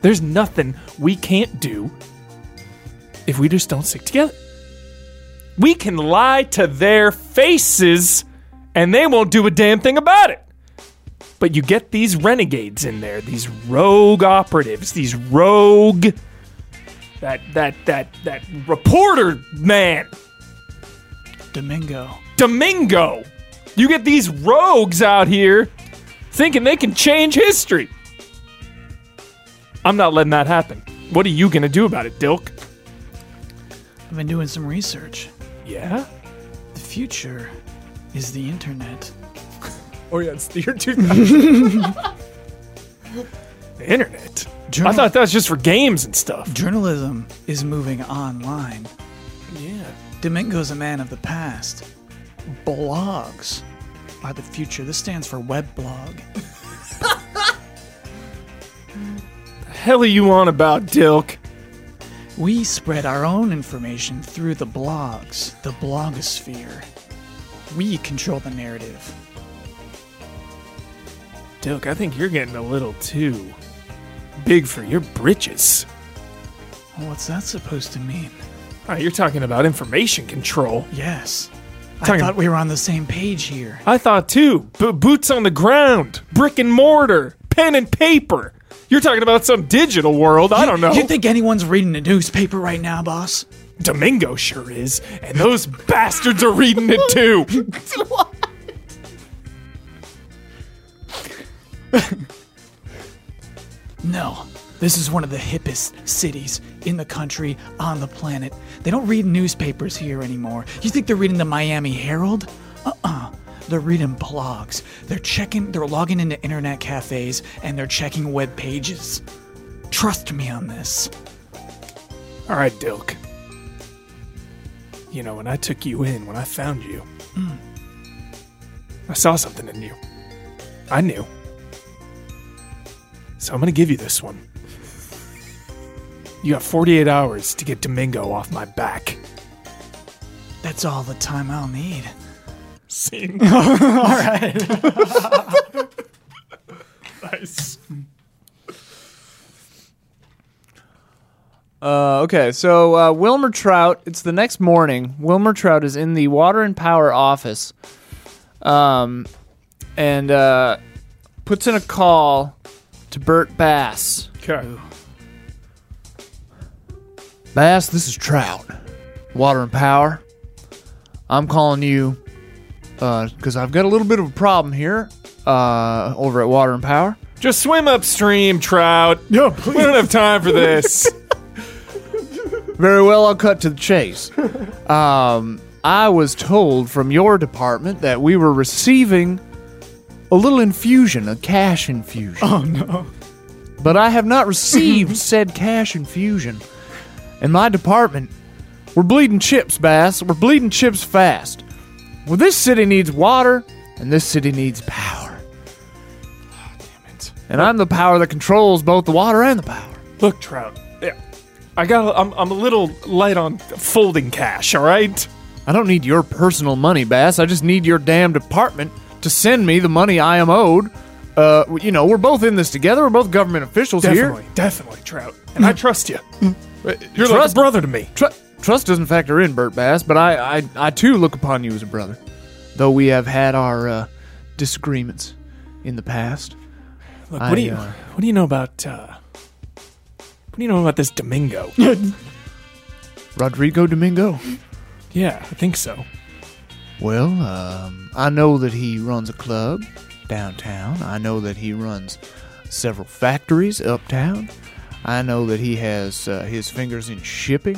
C: There's nothing we can't do if we just don't stick together. We can lie to their faces and they won't do a damn thing about it. But you get these renegades in there, these rogue operatives, these rogue that that that that reporter man,
B: Domingo.
C: Domingo. You get these rogues out here thinking they can change history. I'm not letting that happen. What are you going to do about it, Dilk?
B: I've been doing some research.
C: Yeah?
B: The future is the internet.
C: Oh yeah, it's the year 2000. <laughs> the internet. I
B: Journal-
C: thought that was just for games and stuff.
B: journalism is moving online.
C: Yeah.
B: Domingo's a man of the past. Blogs are the future. This stands for web blog.
C: Hell are you on about, Dilk?
B: We spread our own information through the blogs, the blogosphere. We control the narrative.
C: Dilk, I think you're getting a little too big for your britches.
B: What's that supposed to mean?
C: All right, Ah, you're talking about information control.
B: Yes. I
C: Talking-
B: thought we were on the same page here.
C: I thought too. B- boots on the ground, brick and mortar, pen and paper. You're talking about some digital world. I don't know.
B: You think anyone's reading a newspaper right now, boss?
C: Domingo sure is, and those bastards are reading it too. <laughs>
B: No. This is one of the hippest cities in the country, on the planet. They don't read newspapers here anymore. You think they're reading the Miami Herald? Uh uh-uh. uh. they are reading blogs. They're checking, they're logging into internet cafes, and they're checking web pages. Trust me on this.
C: All right, Dilk. You know, when I took you in, when I found you, I saw something in you. I knew. So I'm going to give you this one. You got 48 hours to get Domingo off my back.
B: That's all the time I'll need.
C: Scene.
B: All right.
C: nice.
A: Uh, okay, so uh, Wilmer Trout. It's the next morning. Wilmer Trout is in the Water and Power office, um, and uh, puts in a call to Bert Bass.
C: Okay.
A: Bass, this is Trout, Water and Power. I'm calling you because I've got a little bit of a problem here uh, over at Water and Power.
C: Just swim upstream, Trout. No, please. We don't have time for this.
A: Very well, I'll cut to the chase. <laughs> Um, I was told from your department that we were receiving a little infusion, a cash infusion. Oh, no. But I have not received <laughs> said cash infusion. In my department, we're bleeding chips, Bass. We're bleeding chips fast. Well, this city needs water, and this city needs power.
C: Damn it.
A: Ah, And I'm the power that controls both the water and the power.
C: <laughs> Look, Trout, I got. I'm, I'm a little light on folding cash. All right.
A: I don't need your personal money, Bass. I just need your damn department to send me the money I am owed. Uh, you know, we're both in this together. We're both government officials
C: Definitely, Hmm.
A: here.
C: definitely, Trout. And I trust you. You're like a
A: Trust-
C: brother to me.
A: Tru- trust doesn't factor in, Bert Bass, but I, I, I too look upon you as a brother, though we have had our uh, disagreements in the past.
C: Look,
A: I,
C: what do you
A: uh,
C: what do you know about uh, what do you know about
A: <laughs>
C: this Domingo?
A: Rodrigo Domingo.
C: yeah, I think so.
A: Well, um, I know that he runs a club downtown. I know that he runs several factories uptown. I know that he has uh, his fingers in shipping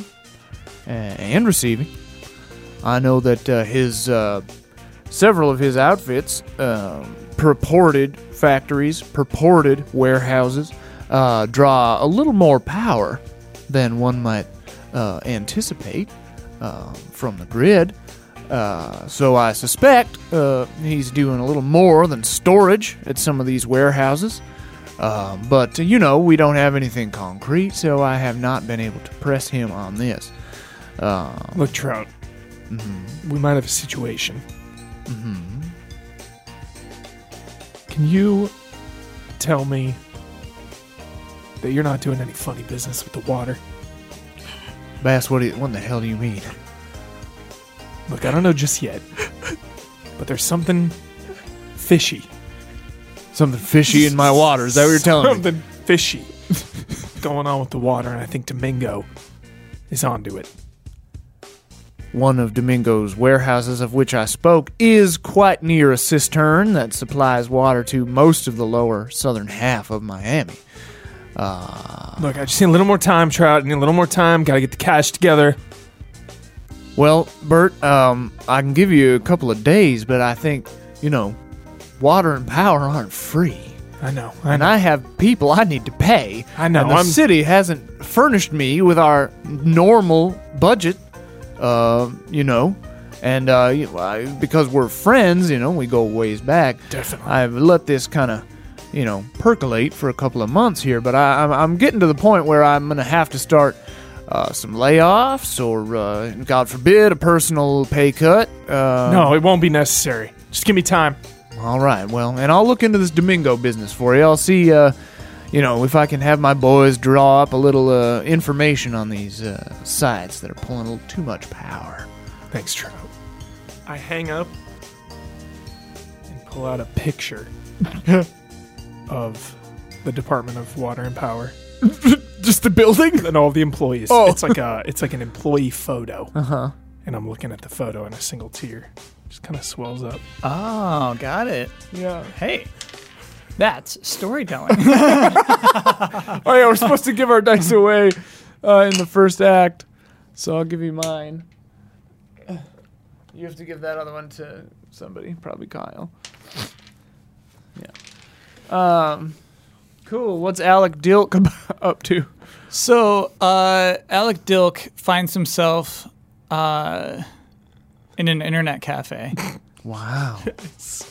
A: uh, and receiving. I know that uh, his uh, several of his outfits, um, purported factories, purported warehouses, uh, draw a little more power than one might uh, anticipate uh, from the grid. Uh, so I suspect uh, he's doing a little more than storage at some of these warehouses. Uh, but, you know, we don't have anything concrete, so I have not been able to press him on this.
C: Look, Trout.
A: Mm-hmm.
C: We might have a situation. Can you tell me that you're not doing any funny business with the water?
A: Bass, what, do you, what in the hell do you mean?
C: Look, I don't know
A: <laughs>
C: just yet, but there's something fishy.
A: Something fishy in my water. Is that what you're telling me?
C: Something fishy <laughs> going on with the water, and I think Domingo is onto it.
A: One of Domingo's warehouses, of which I spoke, is quite near a cistern that supplies water to most of the lower southern half of Miami.
C: Look, I just need a little more time, Trout. I need a little more time. Got to get the cash together.
A: Well, Bert, um, I can give you a couple of days, but I think, you know, water and power aren't free.
C: I know. I
A: And
C: know.
A: I have people I need to pay.
C: I know,
A: And the
C: I'm-
A: city hasn't furnished me with our normal budget, uh, you know. And uh, you- I, because we're friends, you know, we go ways back.
C: Definitely.
A: I've let this kind of, you know, percolate for a couple of months here, but I, I'm, I'm getting to the point where I'm going to have to start uh, some layoffs or, uh, God forbid, a personal pay cut. Uh,
C: no, it won't be necessary. Just give me time.
A: all right. Well, and I'll look into this Domingo business for you. I'll see, uh, you know, if I can have my boys draw up a little uh, information on these uh, sites that are pulling a little too much power.
C: Thanks, Trout. I hang up and pull out a picture of the Department of Water and Power
A: Just the building?
C: and all the employees.
A: Oh.
C: It's like a it's like an employee photo. Uh-huh. And I'm looking at the photo and a single tear just kind of swells up.
B: Oh, got it.
C: Yeah.
B: Hey, that's storytelling. <laughs>
G: Oh yeah, we're supposed to give our dice away uh, in the first act, so I'll give you mine. You have to give that other one to somebody, probably Kyle. Yeah. Um, cool. What's Alec Dilk <laughs> ab- up to?
B: So, uh, Alec Dilk finds himself uh, in an internet cafe.
A: Wow.
B: He's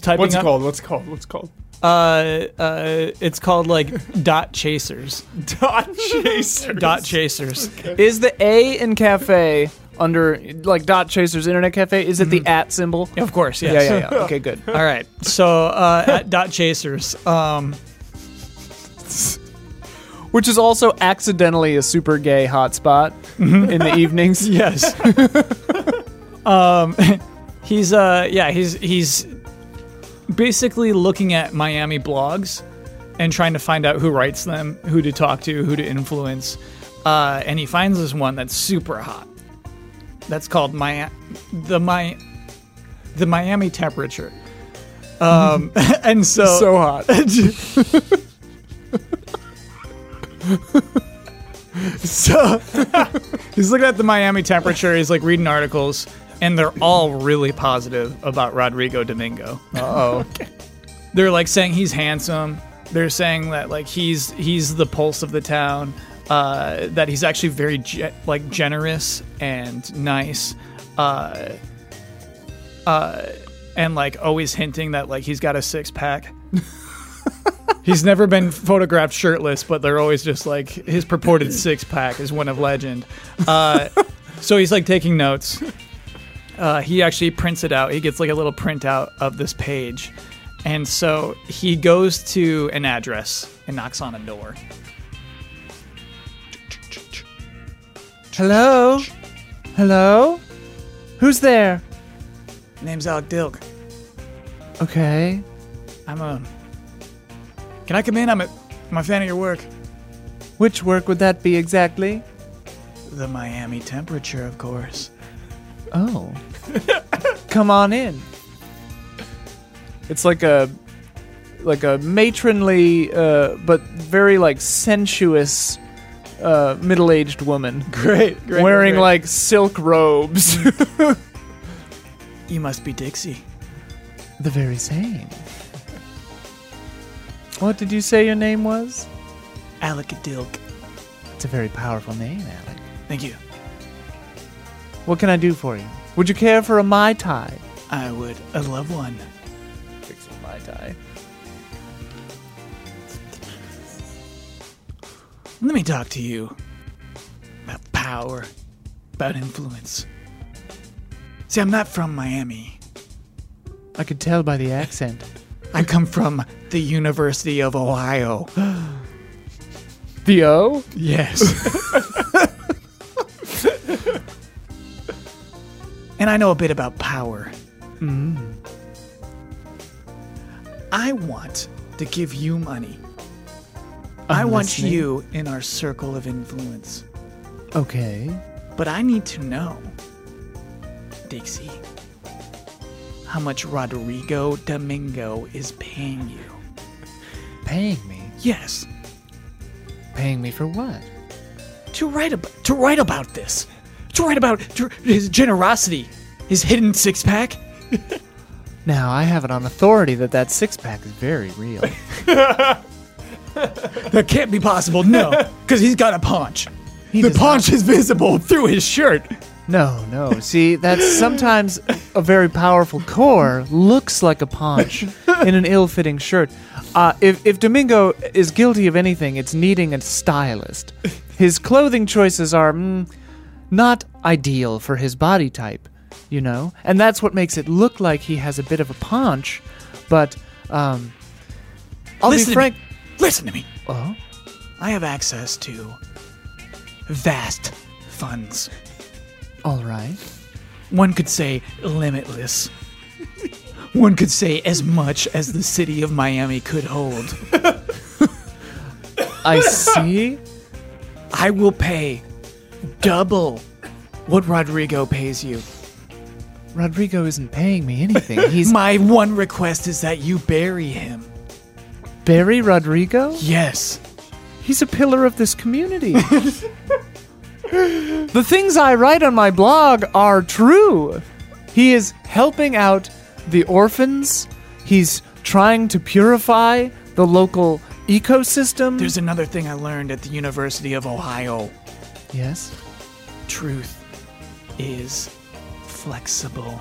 B: typing
C: What's it
B: up.
C: called? What's it called? What's it called?
B: Uh, uh, it's called like dot chasers.
C: Dot Chaser.
B: Dot chasers.
G: Is the A in cafe under like Dot Chaser's Internet Cafe? Is it
A: Mm-hmm.
G: the at symbol?
B: Of course, yes.
G: Yeah, yeah, yeah. Okay, good.
B: All right. So uh, at dot chasers, um,
G: <laughs> Which is also accidentally a super gay hotspot
A: Mm-hmm. <laughs>
G: in the evenings.
B: yes. <laughs> um, <laughs> he's uh, yeah, he's he's basically looking at Miami blogs and trying to find out who writes them, who to talk to, who to influence, uh, and he finds this one that's super hot. That's called my the my the Miami temperature. Um, <laughs> and so
G: So hot.
B: <laughs> So he's looking at the Miami temperature. He's like reading articles, and they're all really positive about Rodrigo Domingo. Uh oh. <laughs> They're like saying he's handsome. They're saying that like he's he's the pulse of the town. Uh, that he's actually very ge- like generous and nice. Uh, uh, and like always hinting that like he's got a six pack. He's never been photographed shirtless, but they're always just like his purported six pack is one of legend. Uh, so he's like taking notes. Uh, he actually prints it out. He gets like a little printout of this page. And so he goes to an address and knocks on a door.
A: Hello? Hello? Who's there?
B: Name's Alec Dilk.
A: Okay.
B: I'm a. Can I come in? I'm a. I'm a fan of your work.
A: Which work would that be exactly?
B: The Miami temperature, of course.
A: Oh. <laughs> Come on in.
G: It's like a like a matronly uh, but very like sensuous uh, middle-aged woman
B: Great, great.
G: wearing
B: great.
G: like silk robes. <laughs>
B: You must be Dixie.
A: The very same.
G: what did you say your name was?
B: Alec Dilk.
A: It's a very powerful name, Alec.
B: Thank you.
A: What can I do for you?
G: Would you care for a mai tai?
B: I would. I love one.
G: Fix a mai tai.
B: Let me talk to you about power, about influence. See, I'm not from Miami.
A: I could tell by the accent.
B: I come from the University of Ohio.
G: The O?
B: Yes. <laughs> and I know a bit about power. I want to give you money. i want
A: listening.
B: you in our circle of influence.
A: Okay.
B: But I need to know, Dixie, how much Rodrigo Domingo is paying you.
A: Paying me.
B: Yes,
A: Paying me for what?
B: to write about to write about this, to write about to, his generosity, his hidden six pack.
A: Now, I have it on authority that that six pack is very real.
B: That can't be possible. No, because he's got a paunch.
A: He
B: the
A: does not-
B: paunch is visible through his shirt.
A: No, no. See, that's sometimes a very powerful core looks like a paunch in an ill-fitting shirt. Uh, if if Domingo is guilty of anything, it's needing a stylist. His clothing choices are mm, not ideal for his body type, you know, and that's what makes it look like he has a bit of a paunch. But um, I'll
B: Listen
A: be
B: to
A: frank.
B: me. Listen to me.
A: Oh,
B: I have access to vast funds.
A: all right.
B: One could say limitless. One could say as much as the city of Miami could hold.
A: I
B: <laughs>
A: see.
B: I will pay double what Rodrigo pays you.
A: Rodrigo isn't paying me anything. He's
B: My one request is that you bury him.
A: Barry Rodrigo.
B: Yes.
A: He's a pillar of this community. the things I write on my blog are true. He is helping out the orphans. He's trying to purify the local ecosystem.
B: There's another thing I learned at the University of Ohio.
A: yes.
B: Truth is flexible.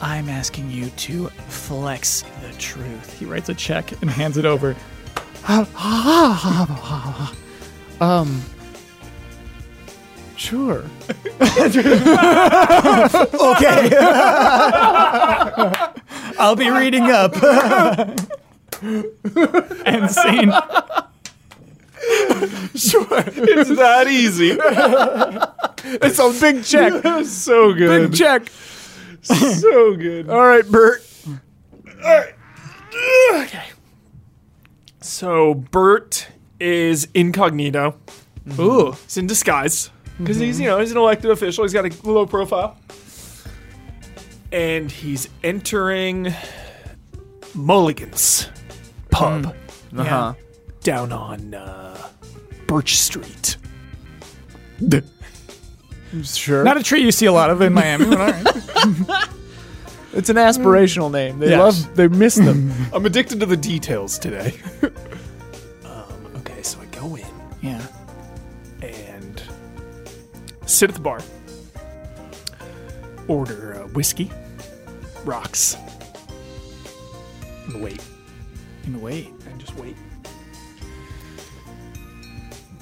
B: I'm asking you to flex the truth. He writes a check and hands it over.
A: Sure.
B: Okay. I'll be reading up. and seeing.
C: <laughs> It's that <laughs> easy.
G: It's a big
C: <laughs>
G: check.
C: so good.
G: Big check.
C: so good.
G: All right, Bert.
C: So Bert is incognito.
B: Ooh.
C: He's in disguise because he's you know he's an elected official. He's got a low profile, and he's entering Mulligan's pub
G: Uh-huh.
C: down on uh, Birch Street.
G: Sure.
B: Not a tree you see a lot of in Miami. but all right.
G: it's an aspirational name. They
B: Yes.
G: love they
B: <laughs>
G: miss them.
C: I'm addicted to the details today. <laughs> um, okay, so I go in.
B: Yeah.
C: and sit at the bar. Order uh, whiskey, rocks, and wait.
B: can wait.
C: and just wait.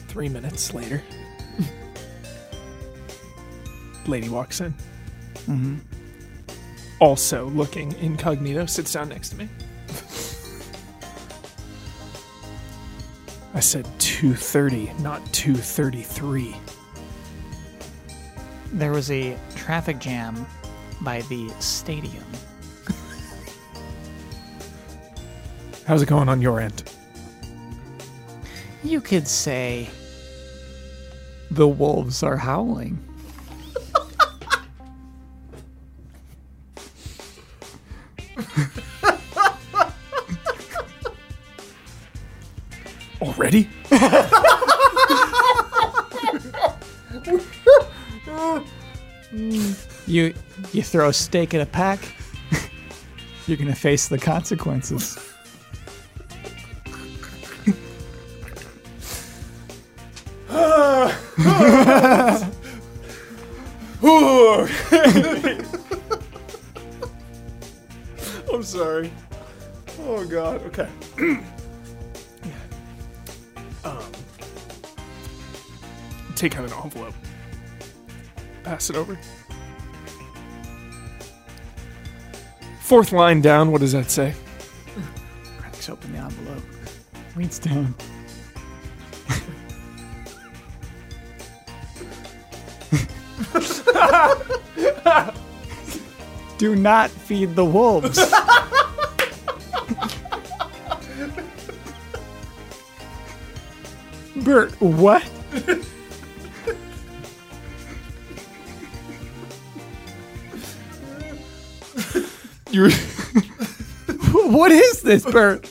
C: Three minutes later, <laughs> lady walks in. Mm-hmm. Also looking incognito, sits down next to me. I said 2:30, not 2:33.
B: There was a traffic jam by the stadium.
C: How's it going on your end?
B: You could say the wolves are howling.
C: Already?
B: You you throw a steak at a
A: <laughs>
B: pack. You're gonna face the consequences.
C: I'm sorry. Oh god. Okay. um, take out an envelope. Pass it over. Fourth line down. What does that say?
B: Cracks open the envelope. Reads down. Do not feed the wolves. Bert, what?
C: You
B: <laughs>
C: were, <laughs>
B: What is
A: <laughs>
B: this, Bert?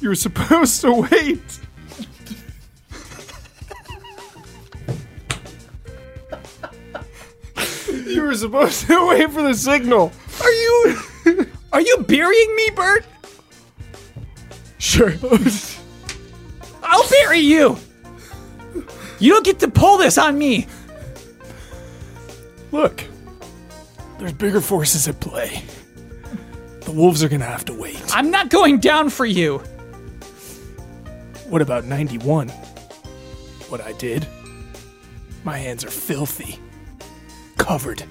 C: you were supposed to wait. you were supposed to wait for the signal.
B: Are you Are you burying me, Bert?
C: Sure.
B: I'll bury you. You don't get to pull this on me.
C: <laughs> Look, there's bigger forces at play. The wolves are gonna have to wait.
B: I'm not going down for you.
C: What about 91? What I did? My hands are filthy, covered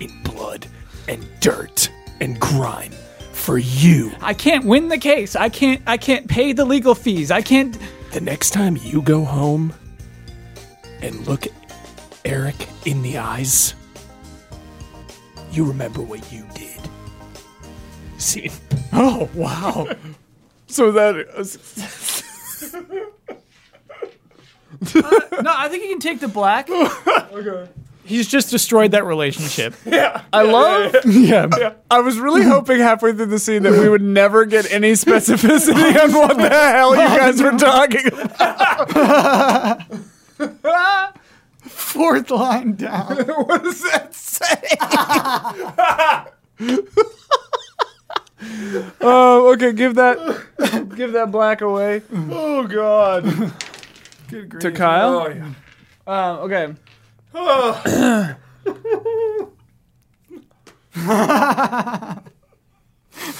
C: in blood and dirt and grime for you.
B: I can't win the case. I can't I can't pay the legal fees. I can't
C: The next time you go home and look Eric in the eyes, you remember what you did. See? <laughs>
B: Oh, wow.
C: So that.
B: no, I think you can take the black. okay. He's just destroyed that relationship.
A: I love.
B: yeah.
A: I was really hoping halfway through the scene that we would never get any specificity on what the hell you guys were talking about.
B: <laughs> Fourth line down.
A: What does that say? <laughs> Oh, okay. Give that, give that black away.
C: Oh God!
A: To Kyle?
C: Oh, yeah.
A: Um, okay.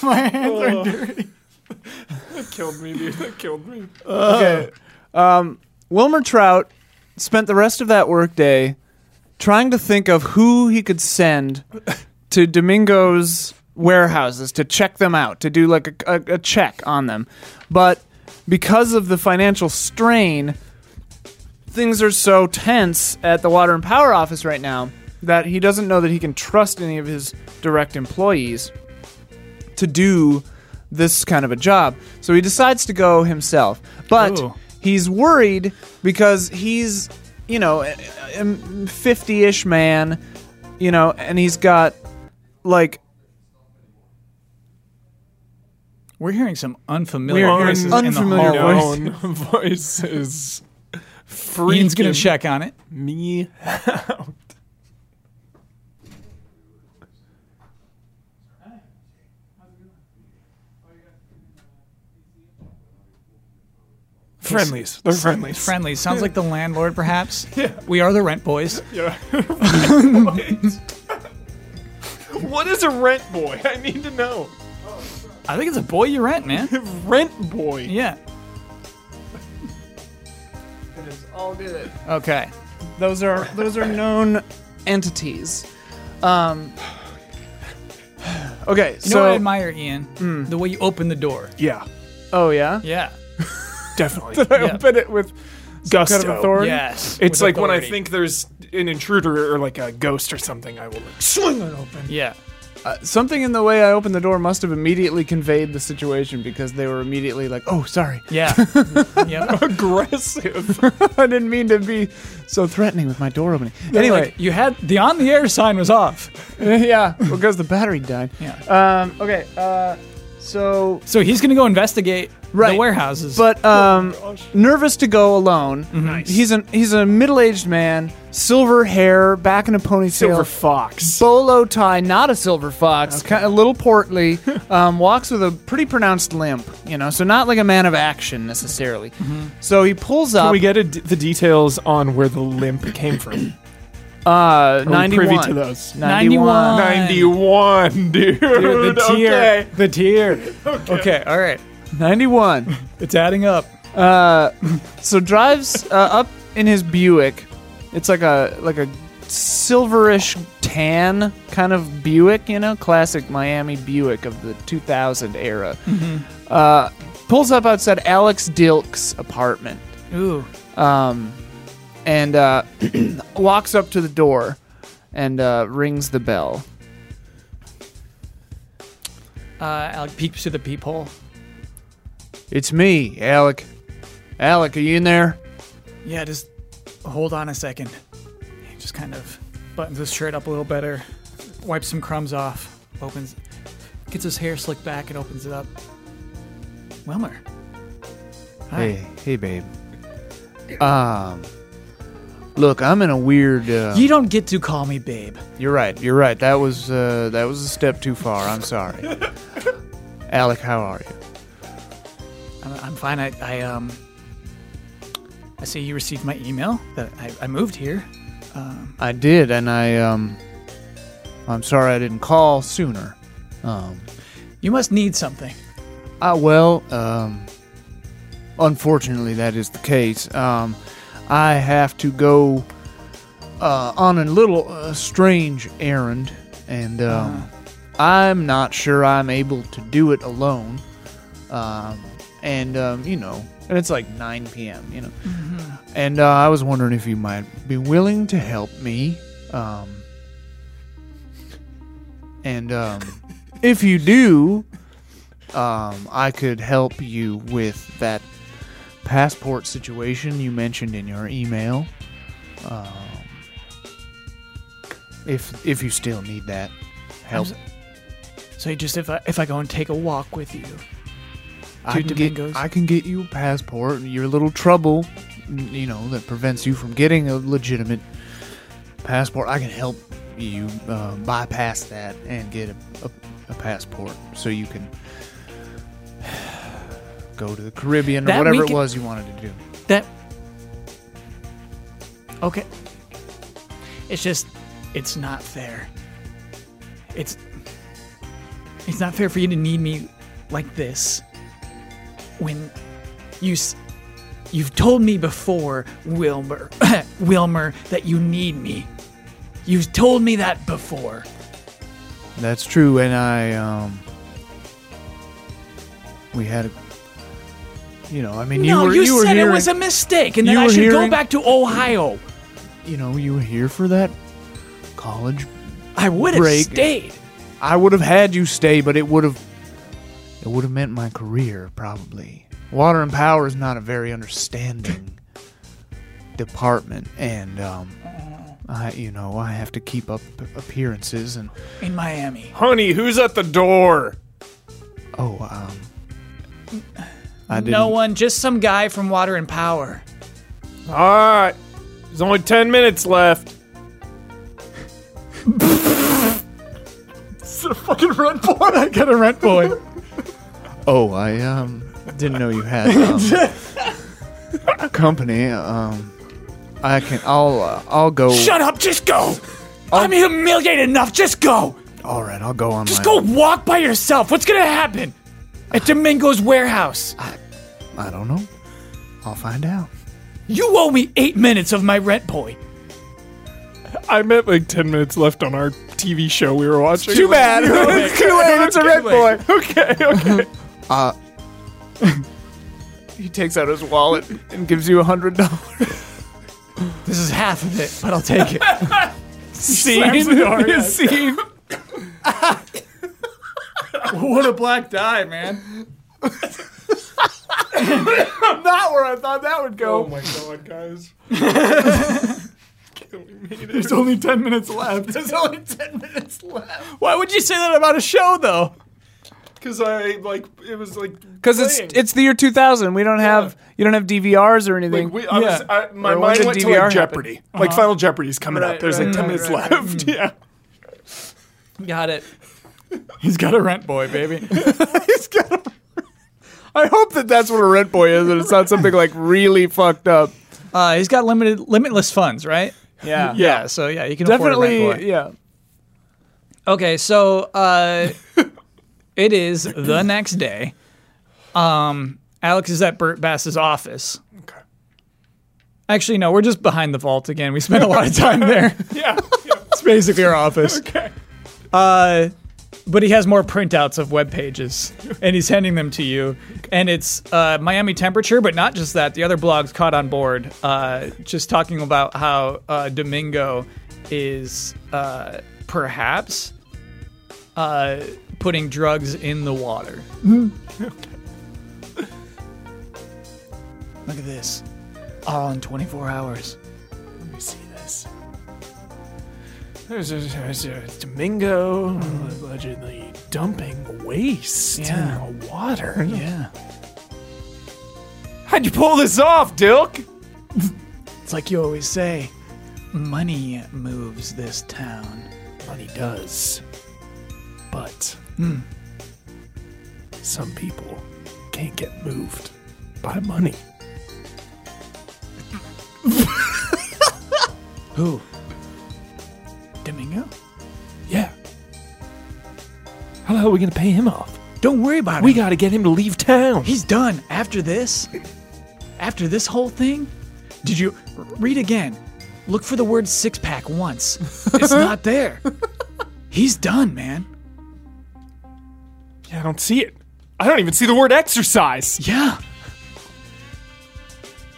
B: My hands
C: Oh. That killed me, dude. That killed me.
A: Okay. Um, Wilmer Trout spent the rest of that workday trying to think of who he could send to Domingo's warehouses to check them out, to do like a, a, a check on them. But because of the financial strain, things are so tense at the Water and Power office right now that he doesn't know that he can trust any of his direct employees to do this kind of a job. So he decides to go himself. But
B: Ooh.
A: he's worried because he's, you know, a- a 50 ish man, you know, and he's got like
B: We're hearing some
A: We
B: unfamiliar
A: are hearing
B: voices
A: unfamiliar
B: in the hallway.
A: voices.
C: Own <laughs> voice is
B: Ian's
C: freaking
B: gonna check on it.
C: me out. Friendlies. They're friendlies.
B: Friendly. Sounds like the landlord, perhaps. We are the rent boys.
C: Yeah.
G: <laughs>
C: what is a rent boy? I need to know.
B: I think it's a boy you rent, man.
C: Rent boy.
B: Yeah.
G: All good.
B: Okay.
G: Those are those are known entities. Um. <sighs> Okay,
B: You
G: so
B: know what I admire, Ian? The way you open the door.
C: Yeah,
G: oh yeah,
B: Yeah.
C: <laughs> definitely.
B: Yeah.
G: open it with
C: Gusto.
G: kind of authority.
B: Yes.
C: It's
B: With
C: like when I
B: authority.
C: think there's an intruder or like a ghost or something, I will like <laughs> swing it open.
B: Yeah.
G: Uh, Something in the way I opened the door must have immediately conveyed the situation because they were immediately like, "Oh, sorry,
B: Yeah. yeah.
C: Aggressive.
G: <laughs> I didn't mean to be so threatening with my door opening."
B: Anyway,
G: Anyway,
B: you had the on the air sign was off.
C: <laughs>
G: <laughs> yeah, because the battery died.
B: Yeah.
G: Um. Okay. Uh. So
B: So he's gonna go investigate
G: Right.
B: the warehouses.
G: but um, nervous to go alone.
C: Mm-hmm.
G: He's an he's a middle aged man, silver hair, back in a ponytail,
C: Silver fox.
G: bolo tie, not a silver fox, kind of a
C: <laughs>
G: little portly. um, walks with a pretty pronounced limp, you know, so not like a man of action necessarily. So he pulls up.
C: Mm-hmm. Can we get a d- the details on where the limp came from?
G: uh,
C: Are we privy
G: 91.
C: to those.
B: 91.
C: 91, dude.
B: Dude, the tier,
C: Okay.
B: the
C: <laughs>
B: tier. Okay. all right.
G: 91.
B: It's adding up.
G: So drives uh, up in his Buick. It's like a like a silverish tan kind of Buick, you know, classic Miami Buick of the 2000 era.
A: Mm-hmm.
G: Uh, pulls up outside Alex Dilk's apartment
B: Ooh,
G: and uh, <clears throat> walks up to the door and uh, rings the bell.
B: uh, Alec peeps through the peephole.
G: It's me, Alec. Alec, are you in there?
B: Yeah, just hold on a second. He just kind of buttons his shirt up a little better, wipes some crumbs off, opens, gets his hair slicked back, and opens it up. Wilmer. Hi.
A: Hey, hey, babe. Um, look, I'm in a weird. Uh,
B: You don't get to call me babe.
A: You're right. You're right. That was uh, that was a step too far. I'm sorry. Alec, how are you?
B: I'm, I'm fine. I, I um. I see you received my email that I, I moved here.
A: I did, and I um, I'm sorry I didn't call sooner. Um,
B: You must need something.
A: I Ah, well, um, unfortunately that is the case. Um, I have to go uh, on a little uh, strange errand, and um, I'm not sure I'm able to do it alone. Um, and um, you know, and it's like 9 p.m. You know, and uh, I was wondering if you might be willing to help me. Um, and um, if you do, um, I could help you with that passport situation you mentioned in your email. Um, if if you still need that help,
B: So you just if I if I go and take a walk with you.
A: I
B: Two
A: can get
B: Domingos.
A: I can get you a passport. Your little trouble, n- you know, that prevents you from getting a legitimate passport. I can help you uh, bypass that and get a, a, a passport, so you can <sighs> go to the Caribbean or
B: That
A: whatever
B: we
A: it
B: can-
A: was you wanted to do.
B: That. Okay. It's just, it's not fair. It's. It's not fair for you to need me like this. When you. s- You've told me before, Wilmer, <coughs> Wilmer, that you need me. You've told me that before.
A: That's true, and I um we had a you know, I mean you
B: no,
A: were
B: you,
A: were
B: said
A: here
B: it was a mistake, and
A: you
B: then I
A: were
B: should go
A: hearing-
B: back to Ohio.
A: you know, you were here for that college.
B: I would have
A: Break.
B: stayed.
A: I would have had you stay, but it would have it would have meant my career probably. Water and power is not a very understanding department and um I you know, I have to keep up appearances and
B: In Miami.
C: Honey, who's at the door?
A: oh um I didn't
B: No one, just some guy from Water and Power.
C: All right. There's only 10 minutes left. it's a fucking rent boy. I got a rent boy.
A: Oh, I um didn't know you had um,
G: <laughs>
A: company. Um, I can. I'll uh, I'll go.
B: Shut up, just go! I'm humiliated enough, just go!
A: All right, I'll go on.
B: Just
A: my
B: go
A: own.
B: walk by yourself. What's gonna happen? At Domingo's warehouse.
A: I don't know. I'll find out.
B: You owe me eight minutes of my rent, boy.
C: I'm at like 10 minutes left on our TV show we were watching. <laughs>
G: Too bad. it's too late. It's a red boy.
C: Okay, okay. <laughs>
G: He takes out his wallet and gives you a hundred dollars.
B: This is half of it, but I'll take it.
G: Scene. <laughs> Scene.
B: what a black die, man. <laughs>
G: Not where I thought that would go.
C: Oh my
B: <laughs>
C: god, guys.
B: There's only 10 minutes left. There's only 10 minutes left. Why would you say that about a show, though?
C: Because I, like, it was like.
G: Because it's
C: playing.
G: it's the year 2000. We don't have you don't have DVRs or anything.
C: Like, we, I was, I, my
G: Or when
C: mind
G: did
C: went to
G: DVR
C: like
G: happen?
C: Jeopardy. Like,
B: Uh-huh.
C: Final Jeopardy's coming
G: Right,
C: up. There's
G: right,
C: like 10
G: right,
C: minutes
G: right, <laughs>
C: left.
B: <laughs>
C: Yeah.
B: Got it. He's got a rent boy, baby.
G: I hope that that's what a rent boy is, and it's not something like really fucked up.
B: Uh, he's got limited, limitless funds, right?
G: Yeah.
B: Yeah. So yeah, you can afford a rent boy.
G: Definitely. Yeah.
B: Okay, so uh, it is the next day. Um, Alex is at Bert Bass's office.
C: Okay.
B: Actually, no, we're just behind the vault again. We spent a lot of time there.
C: Yeah.
B: It's basically our office.
C: Okay.
B: Uh, but he has more printouts of web pages, and he's handing them to you. And it's uh, Miami temperature, but not just that. The other blogs caught on board, uh, just talking about how uh, Domingo is uh, perhaps uh, putting drugs in the water. Look at this. All in 24 hours.
C: Let me see this. There's a, there's a Domingo allegedly dumping waste
B: Yeah.
C: in the water.
B: Yeah.
C: How'd you pull this off, Dilk?
B: It's like you always say money moves this town.
C: Money does. But some people can't get moved by money.
B: Who? Domingo?
C: Yeah. How the hell are we gonna pay him off?
B: Don't worry about
C: We
B: him.
C: gotta get him to leave town.
B: He's done. After this, after this whole thing, did you read again? Look for the word six pack once. It's
C: <laughs>
B: not there. He's done, man.
C: yeah, I don't see it. I don't even see the word exercise.
B: Yeah.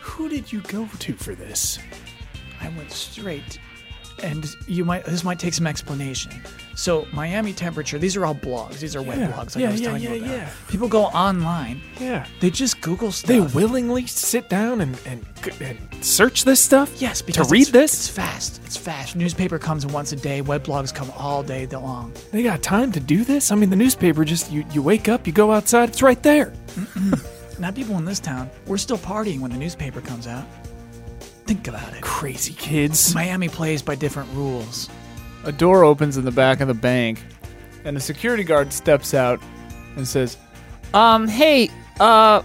C: Who did you go to for this?
B: I went straight. And you might this might take some explanation. So Miami temperature, these are all blogs. These are
C: Yeah.
B: web blogs like
C: Yeah,
B: I was
C: yeah,
B: telling you
C: yeah,
B: about.
C: yeah.
B: People go online,
C: Yeah.
B: they just Google stuff.
C: They willingly sit down and, and, and search this stuff?
B: Yes, because
C: to read
B: it's,
C: this?
B: it's fast. It's fast. Newspaper comes once a day. Web blogs come all day long.
C: They got time to do this? I mean, the newspaper just, you, you wake up, you go outside, it's right there.
B: Not people in this town. We're still partying when the newspaper comes out. Think about it.
C: Crazy kids.
B: Miami plays by different rules.
G: A door opens in the back of the bank, and a security guard steps out and says, "Um, hey, uh,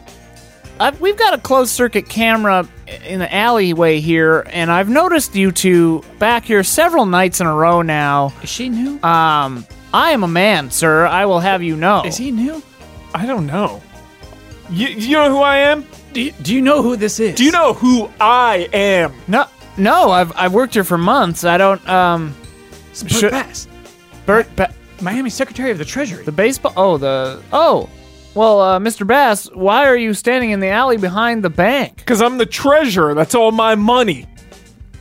G: I've, we've got a closed circuit camera in the alleyway here, and I've noticed you two back here several nights in a row now.
B: Is she new?
G: Um, I am a man, sir. I will have you know.
B: Is he new?
C: I don't know. You, you know who I am?
B: Do you, do you know who this is?
C: Do you know who I am?
G: No, no. I've I've worked here for months. I don't. Um,
B: It's Bert
G: Should-
B: Bass,
G: Bert, ba-
B: Miami Secretary of the Treasury.
G: the baseball. Oh, the oh. Well, uh, Mr. Bass, why are you standing in the alley behind the bank?
C: Because I'm the treasurer. That's all my money.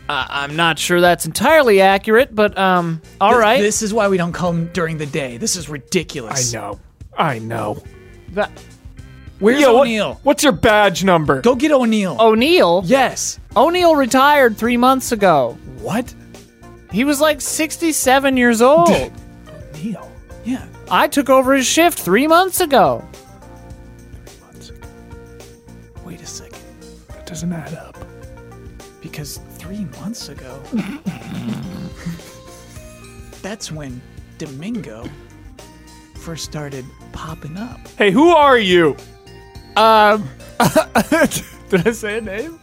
G: Uh, I'm not sure that's entirely accurate, but um, all
B: Th-
G: right.
B: This is why we don't come during the day. This is
C: I
B: ridiculous.
C: know. I know.
G: Th-
B: Where's
C: Yeah, what-
B: O'Neill?
C: what's your badge number?
B: Go get O'Neill.
G: Oh. O'Neill.
B: yes.
G: O'Neill retired three months ago.
B: What?
G: He was like 67 years <laughs> old.
C: Neil.
B: Yeah.
G: I took over his shift three months ago.
B: Wait a second.
C: That doesn't add up.
B: Because three months <laughs> ago, that's when Domingo first started popping up.
C: Hey, who are you? <laughs>
G: Um, did I say a name?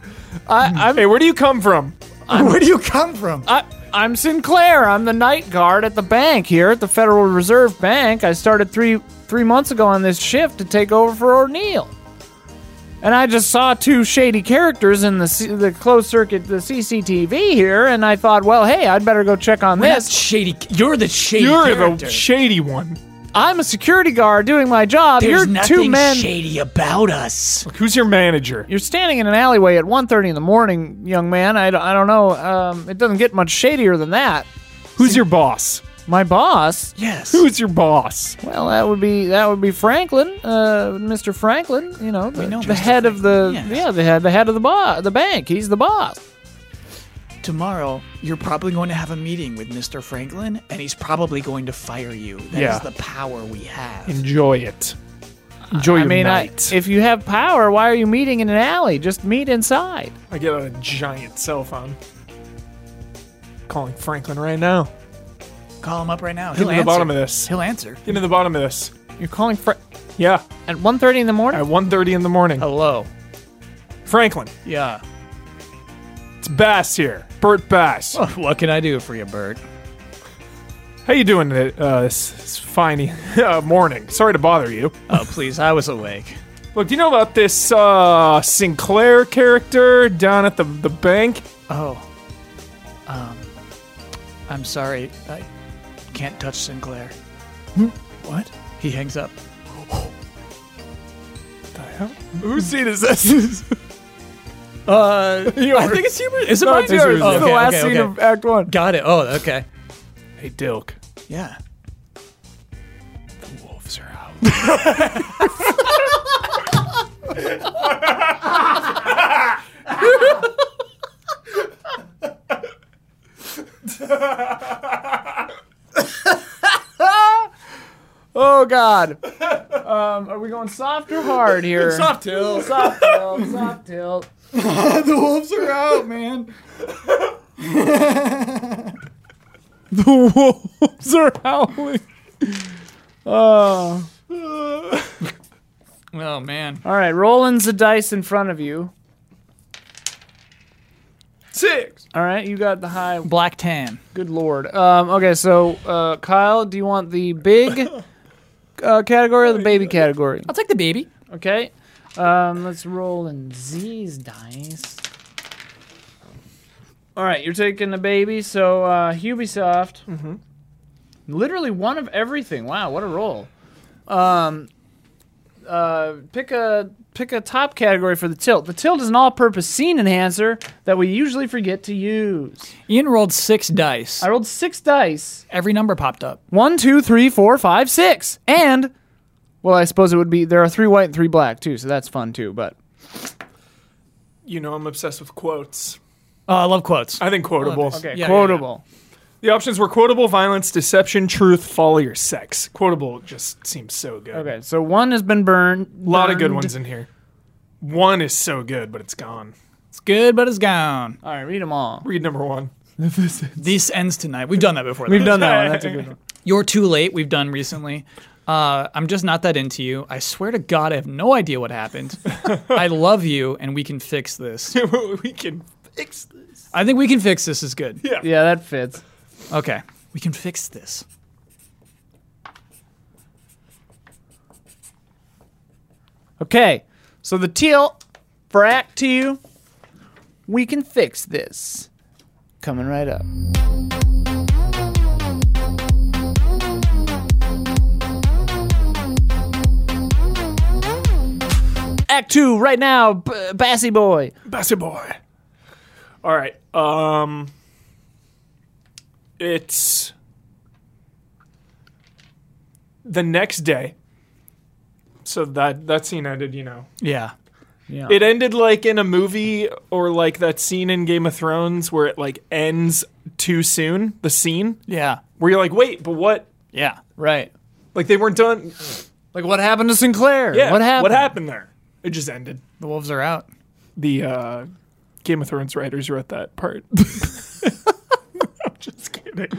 G: I, I'm
C: Hey, where do you come from?
B: Where do you come from?
G: I, I'm Sinclair. I'm the night guard at the bank here at the Federal Reserve Bank. I started three three months ago on this shift to take over for O'Neill. And I just saw two shady characters in the C- the closed circuit, the CCTV here, and I thought, well, hey, I'd better go check on this.
B: That's shady. You're the shady
C: You're
B: character.
C: the shady one.
G: I'm a security guard doing my job.
B: There's
G: You're
B: nothing
G: two men.
B: shady about us.
C: Look, who's your manager?
G: You're standing in an alleyway at 1.30 in the morning, young man. I, don't- I don't know. Um, it doesn't get much shadier than that.
C: Who's your boss?
G: My boss,
B: Yes.
C: Who's your boss?
G: well, that would be that would be Franklin, uh, Mr. Franklin. You know, the,
B: know
G: the
B: Mr.
G: head of the
B: Franklin, yes.
G: yeah, the head the head of the bar, the bank. He's the boss.
B: Tomorrow, you're probably going to have a meeting with Mr. Franklin, and he's probably going to fire you. That is
C: Yeah.
B: the power we have.
C: Enjoy it. Enjoy
G: I
C: your
G: mean, I,
C: night.
G: if you have power, why are you meeting in an alley? Just meet inside.
C: I get on a giant cell phone. Calling Franklin right now.
B: Call him up right now.
C: Get
B: He'll
C: to
B: answer.
C: the bottom of this.
B: He'll answer.
C: Get to the bottom of this.
G: You're calling Fra-
C: Yeah,
G: at 1.30 in the morning.
C: at 1.30 in the morning.
G: Oh.
B: Hello.
C: Franklin,
B: Yeah.
C: it's Bass here. Bert
G: Oh.
C: Bass.
B: <laughs> What can I do for you, Bert?
C: How you doing today, uh, this, this fine <laughs> uh, morning? Sorry to bother you.
B: Oh, please. I was awake.
C: Look, do you know about this uh, Sinclair character down at the, the bank?
B: Oh. Um. I'm sorry. I can't touch Sinclair.
G: Hmm?
C: What?
B: He hangs up.
C: The hell? Whose seat is this?
B: <laughs> Uh, I
C: think
B: it's Hubert. <laughs> Is it
C: No,
B: mine?
C: it's yours.
B: Oh,
C: It's
B: okay,
C: the last
B: okay,
C: scene
B: okay.
C: of Act One.
B: Got it. Oh, okay.
C: Hey, Dilk.
B: Yeah.
C: The wolves are out.
G: Oh God. Um, are we going soft or hard here? soft tilt. Soft tilt. Soft tilt.
B: the wolves are out, man. the wolves are howling.
G: Oh.
B: Oh man.
G: All right, Roland's the dice in front of you.
C: Six.
G: All right, you got the high.
B: Black tan.
G: Good lord. Um, okay, so uh, Kyle, do you want
B: <laughs>
G: the big uh, category or the baby category?
B: I'll take the baby.
G: Okay. Um, let's roll in Z's dice. All right, you're taking the baby. So uh, Ubisoft, literally one of everything. Wow, what a roll. Um, uh, pick a pick a top category for the tilt. The tilt is an all-purpose scene enhancer that we usually forget to use.
B: Ian rolled six dice.
G: I rolled six dice.
B: Every number popped up.
G: One, two, three, four, five, six. And well, I suppose it would be there are three white and three black too, so that's fun too. But
C: You know I'm obsessed with quotes.
B: Oh, I love quotes.
C: I think quotables.
G: okay,
B: yeah,
G: quotable.
C: The options were quotable, violence, deception, truth, folly, or sex. Quotable just seems so good.
G: Okay, so one has been burned.
C: A lot of good ones in here. One is so good, but it's gone.
B: It's good, but it's gone.
G: All right, read them all.
C: Read number one. <laughs>
B: This ends tonight. We've done that before. though.
G: We've done that one.
B: <laughs>
G: That's a good one.
B: You're Too Late, we've done recently. Uh, I'm just not that into you. I swear to God, I have no idea what
G: <laughs>
B: happened. I love you, and we can fix this.
C: we can fix this.
B: I think we can fix this is good.
G: Yeah, that fits.
B: Okay. We can fix this.
G: Okay, so the teal for Act Two. We can fix this. Coming right up. Act Two right now, B- Bassy Boy.
C: Bassy boy. All right. Um. It's the next day. So that that scene ended, you know.
B: Yeah.
C: It ended like in a movie or like that scene in Game of Thrones where it like ends too soon, the scene
B: Yeah.
C: where you're like, "Wait, but what?"
B: Yeah.
G: Right.
C: Like they weren't done.
G: Like what happened to Sinclair?
C: Yeah.
G: What happened?
C: What happened there? It just ended.
B: The wolves are out.
C: The uh Game of Thrones writers wrote that part. <laughs> I'm just kidding.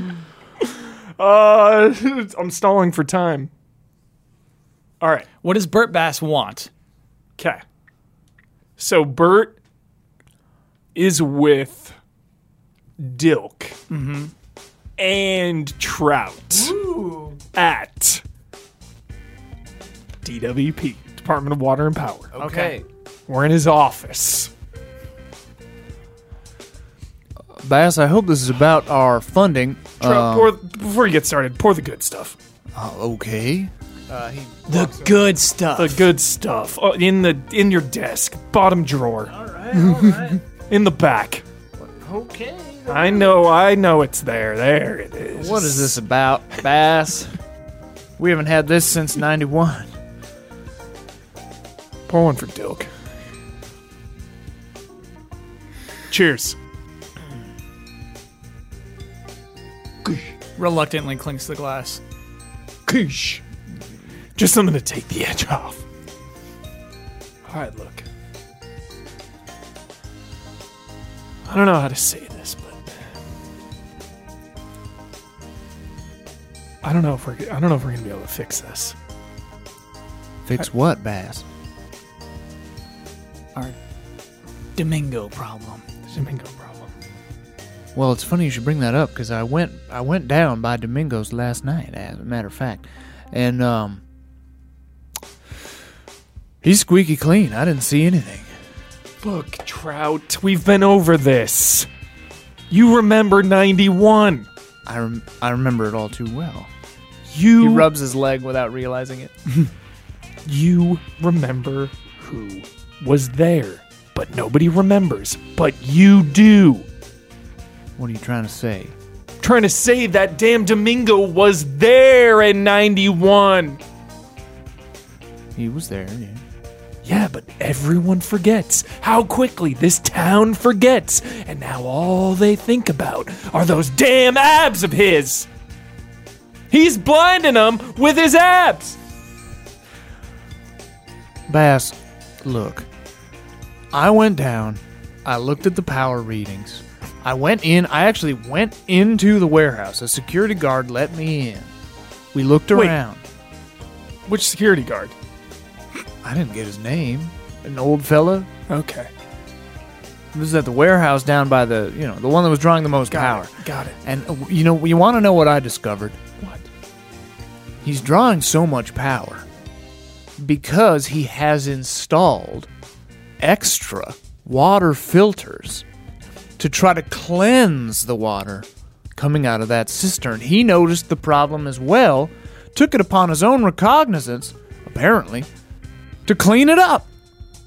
C: Uh <laughs> I'm stalling for time. All right.
B: What does Bert Bass want?
C: Okay. So Bert is with dilk
B: Mm-hmm.
C: and trout at DWP, Department of Water and Power.
G: Okay.
C: We're in his office.
A: Bass, I hope this is about our funding.
C: Trout, pour, before you get started, pour the good stuff.
A: Oh, okay.
B: The good stuff.
C: The good stuff uh, in the in your desk, bottom drawer. All right, all right. <laughs> in the back.
G: Okay.
C: I know, I know it's there. There it is.
A: What is this about, Bass? we haven't had this since 91.
C: Pour one for Dilk. Cheers.
B: Reluctantly clinks the glass.
C: Koosh. Just something to take the edge off. All right, look. I don't know how to say this, but I don't know if we're I don't know if we're gonna be able to fix this.
A: Fix what, Bass?
B: Our Domingo problem.
C: Domingo problem.
A: Well, it's funny you should bring that up because I went I went down by Domingos last night, as a matter of fact, and um, he's squeaky clean. I didn't see anything.
C: Look, Trout, we've been over this. You remember '91.
A: I rem- I remember it all too well.
G: He
C: You
G: rubs his leg without realizing it.
C: you remember who was there, but nobody remembers, but you do.
A: What are you trying to say?
C: Trying to say that damn Domingo was there in 91.
A: He was there. Yeah.
C: Yeah, but everyone forgets how quickly this town forgets, and now all they think about are those damn abs of his. He's blinding them with his abs.
A: Bass, look. I went down. I looked at the power readings. I went in. I actually went into the warehouse. A security guard let me in. We looked
C: Wait.
A: around.
C: Which security guard?
A: I didn't get his name. An old fella.
C: Okay.
A: He was at the warehouse down by the, you know, the one that was drawing the most power.
C: Got it.
A: And uh, you know, you want to know what I discovered?
C: What?
A: He's drawing so much power because he has installed extra water filters to try to cleanse the water coming out of that cistern. He noticed the problem as well, took it upon his own recognizance, apparently, to clean it up.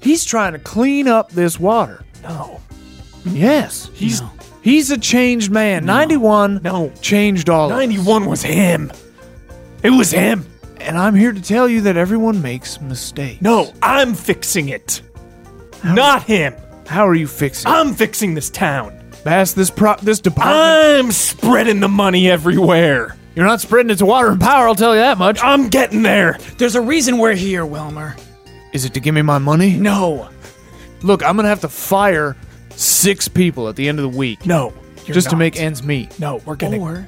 A: He's trying to clean up this water.
C: No.
A: Yes.
C: He's
A: He's a changed man. 91
C: No.
A: changed all of us.
C: 91 was him. It was him.
A: And I'm here to tell you that everyone makes mistakes.
C: No, I'm fixing it. Not him.
A: How are you fixing it?
C: I'm fixing this town.
A: Bass, this prop this department
C: I'm spreading the money everywhere.
A: You're not spreading it to water and power, I'll tell you that much.
C: I'm getting there.
B: There's a reason we're here, Wilmer.
A: Is it to give me my money?
B: No.
A: Look, I'm gonna have to fire six people at the end of the week.
C: No. you're
A: just to
C: not.
A: make ends meet.
C: No, we're gonna.
B: Or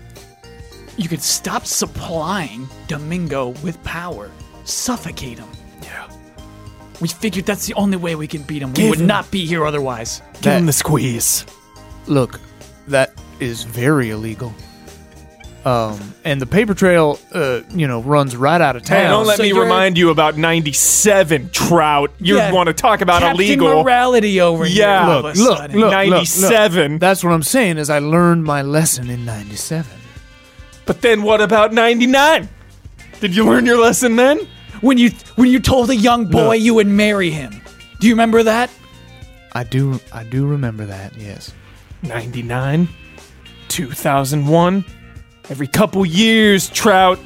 B: you could stop supplying Domingo with power, suffocate him.
C: yeah.
B: We figured that's the only way we can beat him.
C: Give
B: we would
C: him-
B: not be here otherwise.
C: Give him the squeeze.
A: Look, that is very illegal. Um, and the paper trail, uh, you know, runs right out of town.
C: Hey, don't let
B: So
C: me
B: you're-
C: remind you about 97 Trout. You
B: Yeah.
C: want to talk about
B: Captain
C: illegal.
B: morality over
C: Yeah.
B: here. all
C: Look,
B: of a
A: look,
B: sudden.
A: look,
C: 97.
A: That's what I'm saying is I learned my lesson in 97.
C: But then what about 99? Did you learn your lesson then?
B: When you when you told a young boy you would marry him, do you remember that?
A: I do I do remember that, yes.
C: 99, 2001. Every couple years, Trout.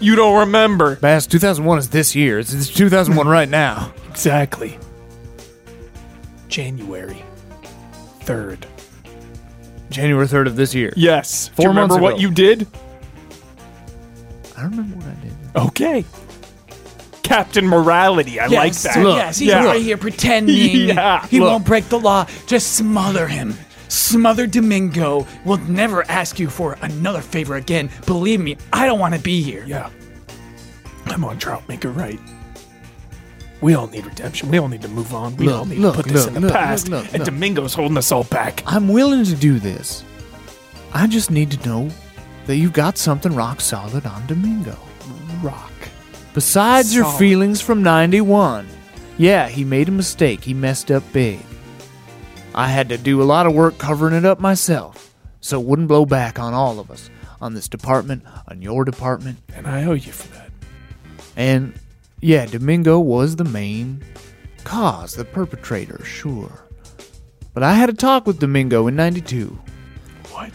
C: You don't remember.
A: Bass, 2001 is this year. It's, it's 2001 right now. <laughs>
C: Exactly. January 3rd.
A: January 3rd of this year.
C: Yes. Do
A: Four
C: you remember
A: months
C: what
A: ago.
C: you did?
A: I don't remember what I did.
C: Okay. Captain Morality. I
B: Yes,
C: like that.
B: so yes, he's
C: yeah.
B: right here pretending.
C: Yeah,
B: he
C: look.
B: won't break the law. Just smother him. Smother Domingo. We'll never ask you for another favor again. Believe me, I don't want to be here.
C: Yeah. Come on, Trout, make it right. We all need redemption. We all need to move on. We
A: Look,
C: all need
A: look,
C: to put this
A: look,
C: in the
A: look,
C: past.
A: look, look,
C: and
A: look.
C: Domingo's holding us all back.
A: I'm willing to do this
G: I just need to know that you've got something rock solid on Domingo.
B: Rock.
G: Besides your
C: Solid.
G: feelings from 91. Yeah, he made a mistake. He messed up big. I had to do a lot of work covering it up myself, so it wouldn't blow back on all of us, on this department, on your department.
C: And I owe you for that.
G: And yeah, Domingo was the main cause, the perpetrator, sure. But I had a talk with Domingo in 92.
C: What?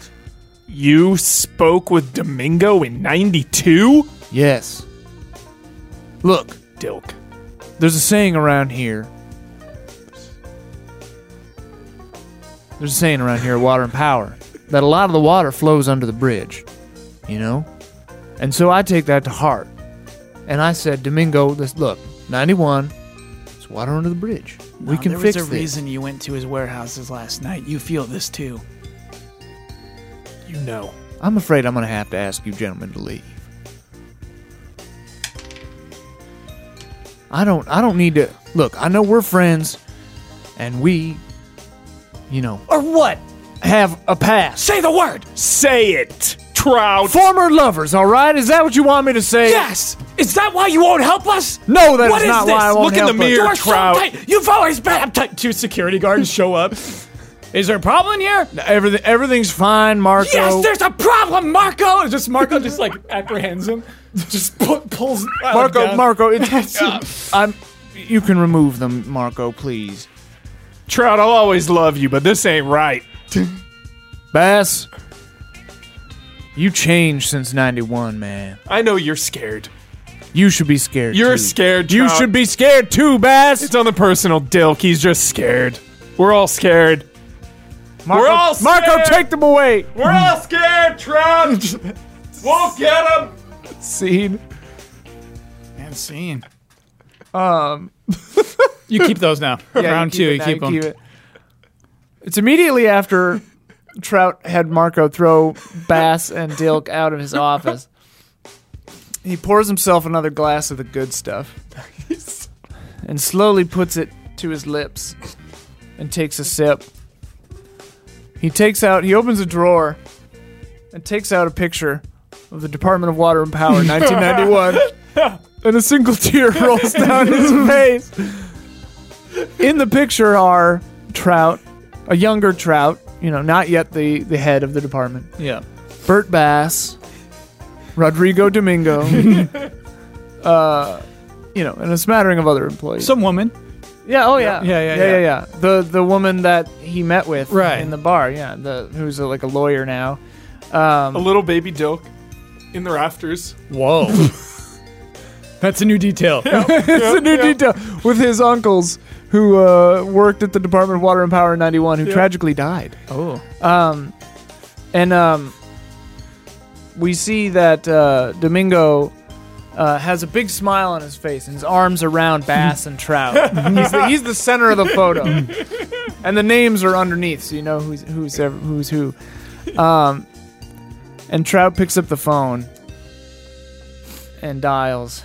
C: You spoke with Domingo in 92?
G: Yes. Look,
C: Dilk.
G: there's a saying around here. There's a saying around here, water and power, that a lot of the water flows under the bridge, you know? And so I take that to heart. And I said, Domingo, this, look, 91, it's water under the bridge. we can
B: Uh, there
G: fix
B: was a
G: this.
B: reason you went to his warehouses last night. You feel this too.
C: You know.
G: I'm afraid I'm going to have to ask you gentlemen to leave. I don't I don't need to Look, I know we're friends and we you know
B: Or what?
G: have a past.
B: Say the word.
C: Say it, Trout.
G: Former lovers, all right? Is that what you want me to say?
B: Yes. Is that why you won't help us?
G: No, that
B: What
G: is
B: is
G: not
B: this?
G: why I won't
C: Look in the
G: help us.
C: mirror.
B: You
C: You're
B: are so
C: Trout.
B: tight. You've always been uptight. Two security guards show up. Is there a problem here?
G: Everything, everything's fine, Marco.
B: Yes, there's a problem, Marco. It's <laughs> Just Marco just like apprehends him, <laughs> just pu- pulls Alan
G: Marco,
B: down.
G: Marco, it's, <laughs> I'm you can remove them, Marco, please.
C: Trout, I'll always love you, but this ain't right.
G: Bass, you changed since 91, man.
C: I know you're scared.
G: You should be scared.
C: You're
G: too.
C: scared,
G: You
C: Trout.
G: should be scared too, Bass.
C: It's on the personal, Dilk. He's just scared. We're all scared.
G: Marco,
C: We're all scared.
G: Marco, take them away.
C: We're all scared, Trout.
G: <laughs>
C: we'll get him.
G: Scene.
B: And scene. Um, <laughs> you keep those now. Round two, you keep them.
A: It's immediately
C: <laughs>
A: after Trout had Marco throw Bass and Dilk out of
B: <laughs>
A: his office. He pours himself another glass of the good
G: <laughs>
A: stuff and slowly puts it to his lips and takes a sip. He takes out, he opens a drawer and takes out a picture of the Department of Water and Power
G: <laughs>
A: 1991 and a single tear rolls down his face. In the picture are Trout, a younger Trout, you know, not yet the, the head of the department,
B: Yeah.
A: Bert Bass, Rodrigo Domingo, uh, you know, and a smattering of other employees.
B: Some woman.
A: yeah, oh yeah.
B: Yeah,
A: yeah,
B: yeah, yeah.
A: yeah, yeah. The the woman that he met with
B: Right.
A: in the bar, yeah, the who's a, like a lawyer now.
C: A little baby Dilk in the rafters.
B: Whoa. <laughs> That's a new detail.
A: it's a new detail with his uncles who uh, worked at the Department of Water and Power in 91 who tragically died.
B: Oh.
A: Um, and um, we see that uh, Domingo uh, has a big smile on his face and his arms around Bass and Trout. he's, the, he's the center of the photo, and the names are underneath, so you know who's who's ever, who's who. Um, and Trout picks up the phone and dials.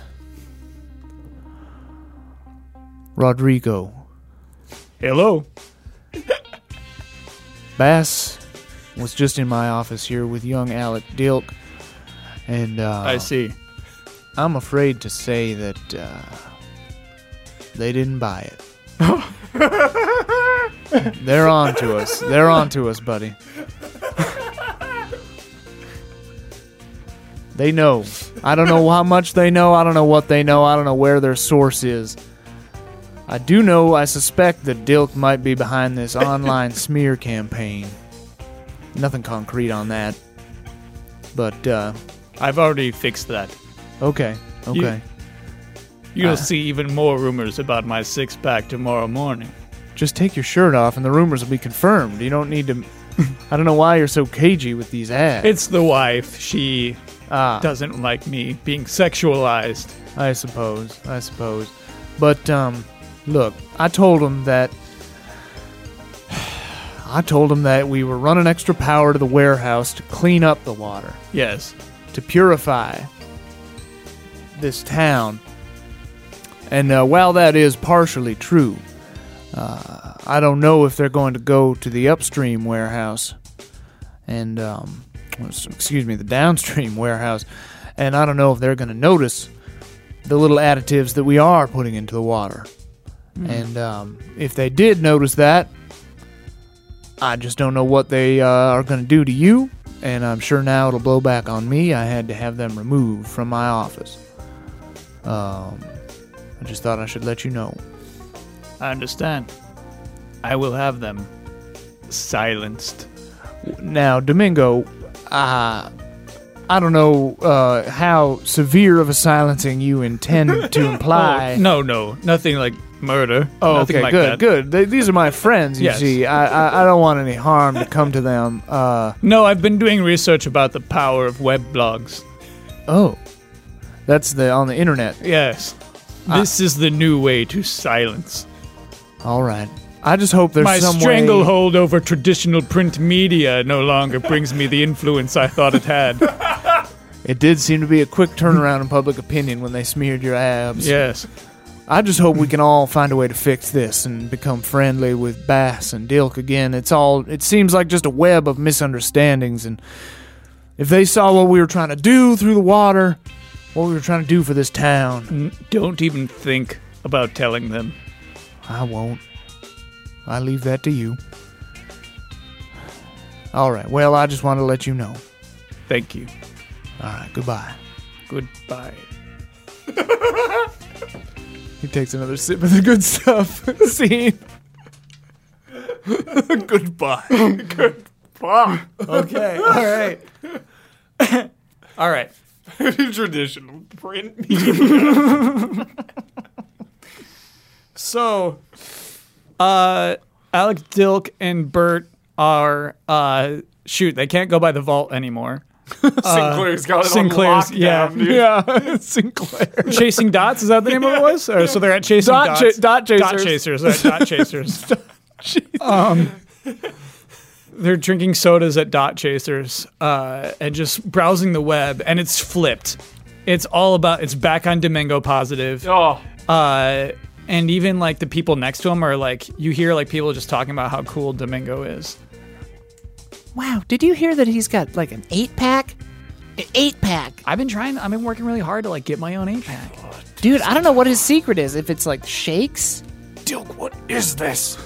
G: Rodrigo,
B: Hello.
G: Bass was just in my office here with young Alec Dilk, and uh,
B: I see.
G: I'm afraid to say that uh, they didn't buy it. They're on to us. They're on to us, buddy. they know. I don't know how much they know. I don't know what they know. I don't know where their source is. I do know, I suspect that Dilk might be behind this online smear campaign. Nothing concrete on that. But, uh,
B: I've already fixed that.
G: okay. Okay.
B: You'll
G: Uh.
B: see even more rumors about my six pack tomorrow morning.
G: just take your shirt off and the rumors will be confirmed. You don't need to. I don't know why you're so cagey with these ads.
B: It's the wife. She
G: ah,
B: doesn't like me being sexualized.
G: I suppose. I suppose. But um, look, I told him that. <sighs> I told him that we were running extra power to the warehouse to clean up the water,
B: Yes.
G: to purify this town. And uh, while that is partially true, uh, I don't know if they're going to go to the upstream warehouse and um, excuse me, the downstream <laughs> warehouse. And I don't know if they're going to notice the little additives that we are putting into the water. And um, if they did notice that, I just don't know what they uh, are going to do to you. And I'm sure now it'll blow back on me. I had to have them removed from my office. Um, I just thought I should let you know.
B: <laughs> I understand. I will have them silenced.
G: Now, Domingo, uh, I don't know uh, how severe of a silencing you
A: <laughs>
G: intend to imply.
B: No, no, nothing like murder.
G: Oh,
B: nothing
G: okay,
B: like
G: good,
B: that.
G: good. They, these are my friends, you
B: Yes.
G: see. I, I, I don't want any harm to come to them. Uh,
B: No, I've been doing research about the power of web blogs.
G: oh, that's the on the internet.
B: Yes. This is the new way to silence.
G: All right. I just hope there's
B: My
G: some way-
B: stranglehold over traditional print media no longer brings me the influence I thought it had.
G: It did seem to be a quick turnaround in public opinion when they smeared your abs.
B: Yes.
G: I just hope we can all find a way to fix this and become friendly with Bass and Dilk again. It's all it seems like just a web of misunderstandings and if they saw what we were trying to do through the water, what we were trying to do for this town,
B: Don't even think about telling them.
G: I won't. I leave that to you. All right. Well, I just wanted to let you know.
B: Thank you.
G: All right. Goodbye.
B: Goodbye.
G: He takes another sip of the
H: <laughs>
G: good stuff. Scene. Goodbye.
B: Okay. All right. All right.
C: <laughs>
B: <laughs>
C: Traditional print media.
B: So, uh, Alec Dilk and Bert are uh, shoot. They can't go by the vault anymore.
C: Sinclair's got it
B: Sinclair's-
C: on lockdown,
B: yeah.
C: dude.
A: Yeah, Sinclair.
B: Chasing dots is that the name of it was? Or, so they're at chasing
A: Dot
B: dots.
A: cha- dot
B: Dot
A: chasers.
B: chasers. They're at
A: <laughs>
B: dot chasers. um, they're drinking sodas at dot chasers uh, and just browsing the web, and it's flipped. It's all about. It's back on Domingo positive.
C: Oh,
B: Uh, and even like the people next to him are like, you hear like people just talking about how cool Domingo is.
H: Wow, did you hear that he's got like an eight pack? An eight pack.
B: I've been trying. I've been working really hard to like get my own eight pack.
H: Dude, I don't know what his secret is. If it's like shakes?
C: Dilk, what is this?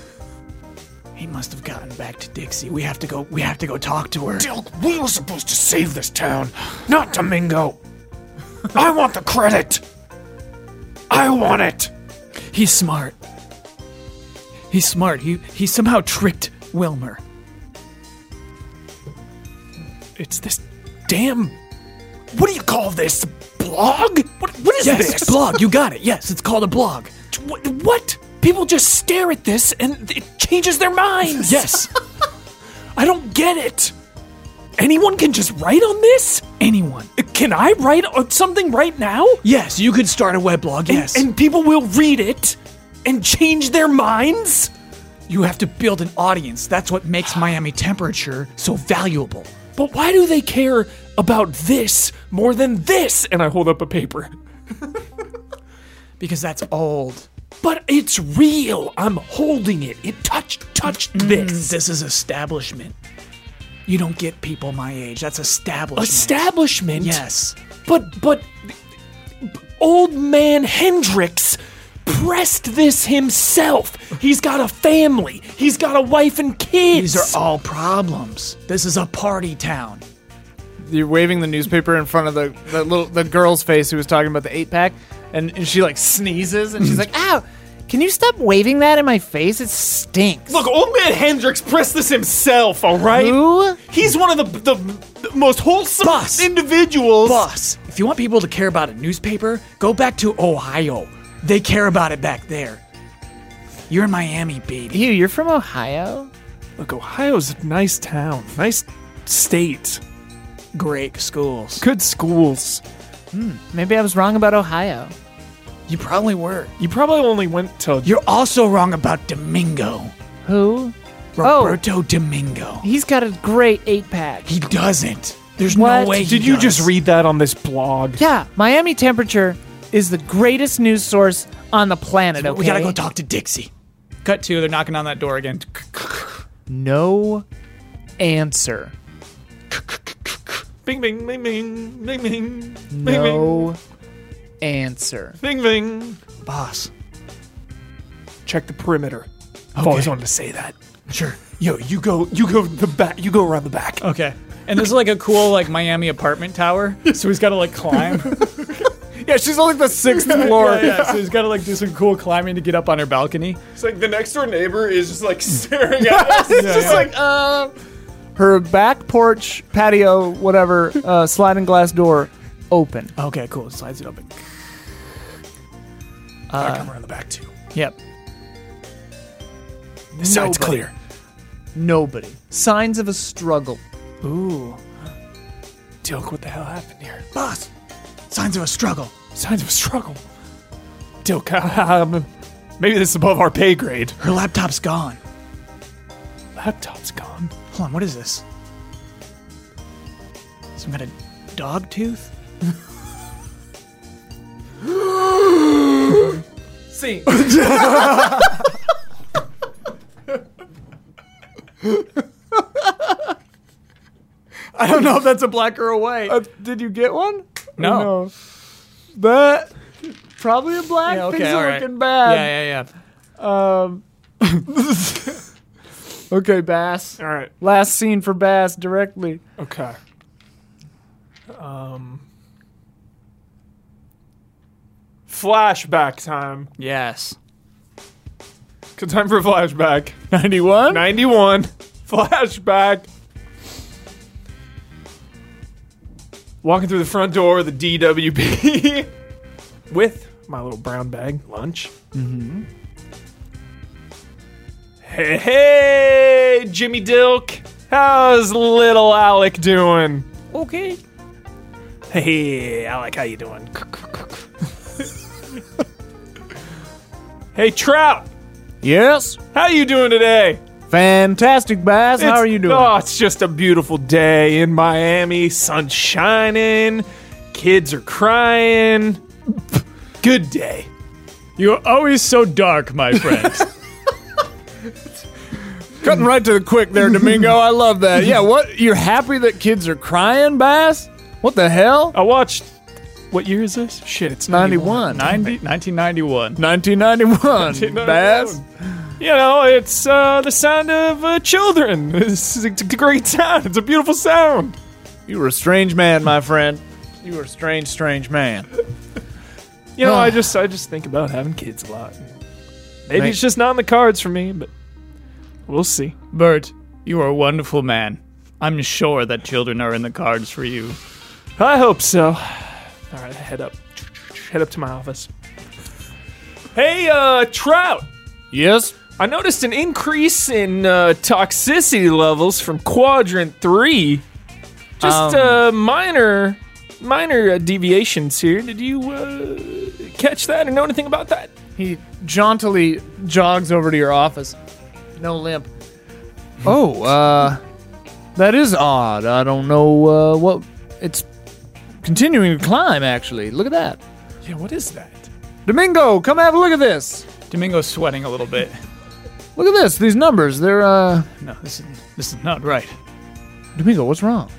B: He must have gotten back to Dixie. We have to go. We have to go talk to her.
C: Dilk, we were supposed to save this town, not Domingo. I want the credit. I want it.
B: He's smart. He's smart. He he somehow tricked Wilmer.
C: It's this damn. What do you call this? Blog? What, what is
B: Yes,
C: this?
B: blog. You got it. Yes, it's called a blog.
C: What, what? People just stare at this and it changes their minds.
B: Yes,
C: <laughs> I don't get it. Anyone can just write on this?
B: anyone.
C: Can I write on something right now?
B: Yes, you could start a weblog. Yes,
C: And people will read it and change their minds?
B: you have to build an audience. That's what makes Miami Temperature so valuable.
C: But why do they care about this more than this? And I hold up a paper.
B: Because that's old.
C: But it's real. I'm holding it. It touched touched this.
B: This is establishment. You don't get people my age. That's establishment.
C: Establishment.
B: Yes.
C: But but old man Hendrix pressed this himself. He's got a family. He's got a wife and kids.
B: These are all problems. This is a party town.
A: You're waving the newspaper in front of the, the little the girl's face who was talking about the eight pack, and, and she like sneezes and she's
G: <laughs>
A: like,
H: Ow! Can you stop waving that in my face? It stinks.
C: Look, old man Hendrix pressed this himself, all right?
H: Who?
C: He's one of the, the, the most wholesome
B: Boss.
C: individuals.
B: Boss, if you want people to care about a newspaper, go back to Ohio. They care about it back there. You're in Miami, baby.
H: Ew, you're from Ohio?
C: Look, Ohio's a nice town, nice state,
B: Great schools.
C: good schools.
H: Maybe I was wrong about Ohio.
B: You probably were.
C: You probably only went to.
B: You're also wrong about Domingo.
H: Who?
C: Oh.
B: Roberto Domingo.
H: He's got a great eight pack.
B: He doesn't. There's
H: What?
B: no way. he
C: Did you just
B: does.
C: read that on this blog?
H: Yeah, Miami Temperature is the greatest news source on the planet, okay?
B: We gotta go talk to Dixie. Cut two. They're knocking on that door again.
G: No answer.
C: Bing, bing, bing, bing, bing, bing,
G: No answer.
C: bing, bing, bing.
B: Boss.
C: Check the perimeter. I've
B: Okay.
C: always wanted to say that.
B: Sure. Uh.
C: Yo, you go, you go the back, you go around the back.
B: Okay. And this is like a cool like Miami apartment tower. So he's got to like climb.
G: <laughs> Yeah, she's on like the sixth floor.
B: yeah, yeah. So he's got to like do some cool climbing to get up on her balcony.
C: It's like the next door neighbor is just like staring at us. just
B: yeah.
C: like, uh,
G: Her back porch, patio, whatever, uh, sliding glass door open.
C: Oh.
B: Okay, cool. Slides it open.
C: I come around the back too.
B: Yep.
C: The side's clear.
G: Nobody. Signs of a struggle.
B: Ooh.
C: Dilk, what the hell happened here?
B: Boss. Signs of a struggle.
C: Signs of a struggle. Dilk, <laughs> um, maybe this is above our pay grade.
B: Her laptop's gone.
C: Laptop's gone.
B: Hold on, what is this? Some kind of dog tooth?
G: See.
B: I don't know if that's a black or a white.
G: Uh, did you get one?
B: no.
G: That probably a black.
B: Yeah,
G: Things
B: okay,
G: are
B: all right.
G: looking
B: Yeah,
G: bad.
B: yeah,
G: Um, <laughs> Okay, Bass.
C: All right.
G: Last scene for Bass directly.
C: Okay. Um. Flashback time.
B: yeah. Yes.
C: Good time for a flashback.
G: 91?
C: 91. Flashback. Walking through the front door of the DWP <laughs> with my little brown bag lunch. Mm-hmm. Hey, hey, Jimmy Dilk. How's little Alec doing?
G: Okay.
C: Hey, Alec, how you doing? <laughs> hey, Trout.
G: Yes.
C: How you doing today?
G: Fantastic, Bass. How
C: It's-
G: are you doing?
C: Oh, it's just a beautiful day in Miami. Sun shining. Kids are crying. Good day.
B: You're always so dark,
C: <laughs>
B: my friend.
G: Cutting right to the quick there, Domingo. I love that. Uh, Yeah, what? You're happy that kids are crying, Bass? What the hell?
C: I watched. What year is this? Shit, it's
G: 91.
B: 90, 1991.
G: 1991.
C: 1991.
G: Bass.
C: You know, it's uh, the sound of uh, children. <laughs> It's, it's a great sound. It's a beautiful sound.
G: You were a strange man, my friend. You were a strange, strange man.
C: You
B: <sighs>
C: know, I just I just think about having kids a lot. Maybe
G: Mate.
C: it's just not in the cards for me, but we'll see.
B: Bert, you are a wonderful man. I'm sure that children are in the cards for you.
C: I hope so. All right, head up. Head up to my office. Hey, uh, Trout.
G: Yes?
C: I noticed an increase in uh, toxicity levels from quadrant three. Just uh, minor, minor uh, deviations here. Did you uh, catch that or know anything about that?
G: He jauntily jogs over to your office. No limp. Oh, uh, that is odd. I don't know uh, what. It's continuing to climb, actually. Look at that.
C: Yeah, what is that?
G: Domingo, come have a look at this.
B: Domingo's sweating a little bit.
G: Look at this. These numbers. They're, uh.
B: No, this is, this is not right.
G: Domingo, what's wrong?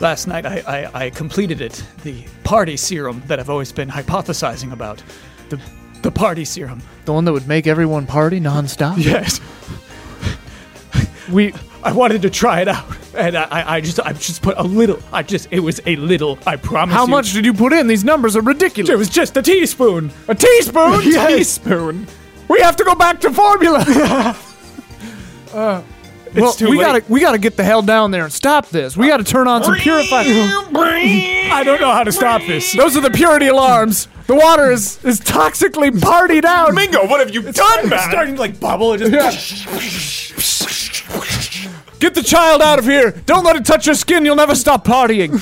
B: Last night I, I, I completed it. The party serum that I've always been hypothesizing about. The, the party serum.
G: The one that would make everyone party nonstop?
B: Yes. we. I wanted <laughs> to try it out, and I, I, I just, I just put a little. I just, it was a little. I promise.
G: How
B: you.
G: much did you put in? These numbers are ridiculous.
B: It was just a teaspoon.
C: <laughs>
G: A teaspoon?
C: Teaspoon.
G: We have to go back to
B: <laughs>
G: formula.
B: Uh,
G: well,
C: too
G: we
C: late.
G: gotta we gotta get the hell down there and stop this. We gotta turn on some purified.
B: I don't know how to stop this.
G: Those are the purity alarms. The water is is toxically partied out.
C: Bingo! What have you done, man?
B: starting to like bubble. It just
G: Get the child out of here. Don't let it touch your skin. You'll never stop partying.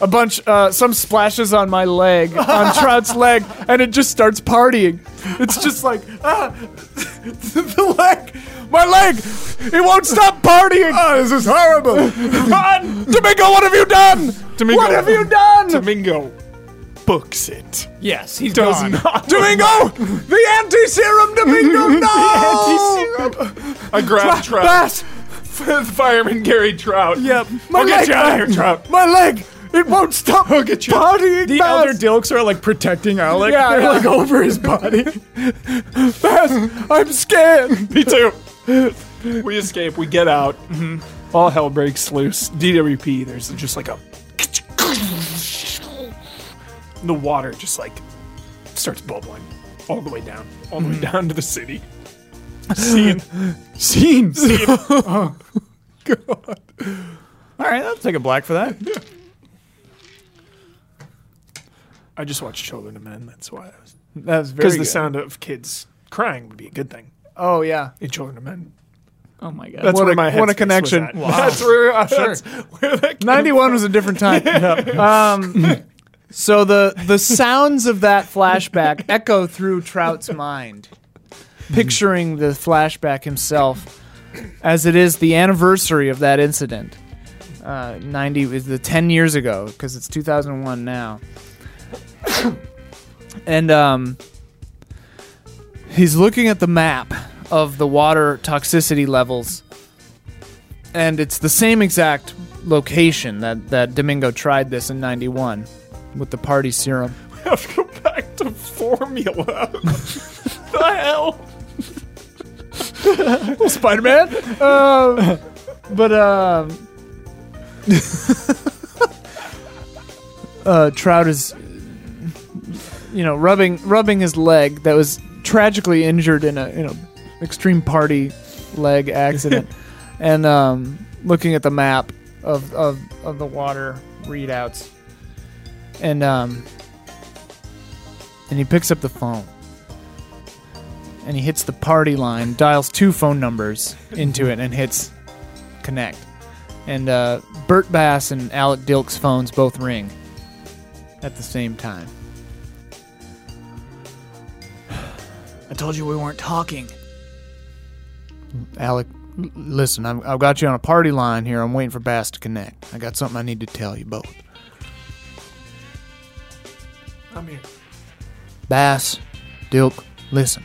G: A bunch, uh, some splashes on my leg, <laughs> on Trout's leg, and it just starts partying. It's just like, ah, <laughs> the leg, my leg, it won't stop partying. Oh, this is horrible. Run! Domingo, what have you done?
C: Domingo.
G: What have you done?
C: Domingo books it.
B: yes, he's
C: Does
B: gone.
C: not.
G: Domingo! The
C: <laughs>
G: anti serum, Domingo, no!
C: I grabbed Trout.
G: Bass!
C: Fireman Gary Trout.
A: Yep.
C: I'll get you out of here, Trout.
A: My leg. It won't stop. I'll get you. Partying
B: The
A: fast.
B: elder Dilks are like protecting Alec.
A: Yeah,
B: They're
A: yeah.
B: like over his body.
A: <laughs> Fast. I'm scared.
C: <laughs> Me too. Mm-hmm. we escape. We get out. All hell breaks loose. DWP. There's just like a. <laughs> The water just like starts bubbling all the way down, all the way down to the city. Scene.
B: Scene. oh, God. All right, I'll take a black for that.
C: I just watched Children of Men. That's why. I was
G: That's very
C: Because the
G: good.
C: sound of kids crying would be a good thing
G: Oh yeah.
C: in Children of Men.
B: Oh my God.
C: That's
G: What
C: where
G: a-
C: my
G: what a
C: headspace was
G: connection.
C: at. That's where. Uh, That's where that. Came.
G: Ninety-one was a different time. um, so the the sounds of that flashback <laughs> echo through Trout's mind, picturing the flashback himself, as it is the anniversary of that incident. Uh, Ninety is the ten years ago because it's two thousand one now, <coughs> and um, he's looking at the map of the water toxicity levels and it's the same exact location that, that Domingo tried this in 91 with the
C: <laughs>
G: party serum.
C: have to go back to formula. <laughs> the
G: <laughs>
C: hell.
G: Spider Man? um, but, um. <laughs> uh, Trout is, you know, rubbing rubbing his leg that was tragically injured in a, you know, extreme party leg accident. <laughs> and um, looking at the map of, of, of the water readouts. And, um, and he picks up the phone. and he hits the party line, dials two phone numbers into it, and hits connect. And uh, Bert Bass and Alec Dilk's phones both ring at the same time.
B: I told you we weren't talking.
A: Alec, l- listen, I'm, I've got you on a party line here. I'm waiting for Bass to connect. I got something I need to tell you both.
C: I'm here.
A: Bass, Dilk, listen.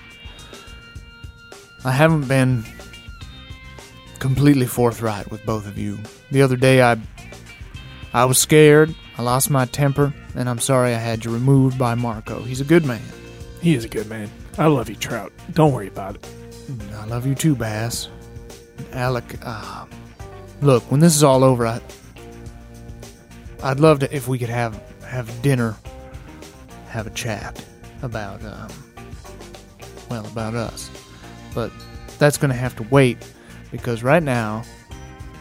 A: I haven't been completely forthright with both of you. The other day I I was scared, I lost my temper, and I'm sorry I had you removed by Marco. He's a good man.
C: He is a good man. I love you, Trout. Don't worry about it.
A: I love you too, Bass. Alec, uh, look, when this is all over, I, I'd love to if we could have have dinner, have a chat about, um, well, about us. But that's going to have to wait because right now,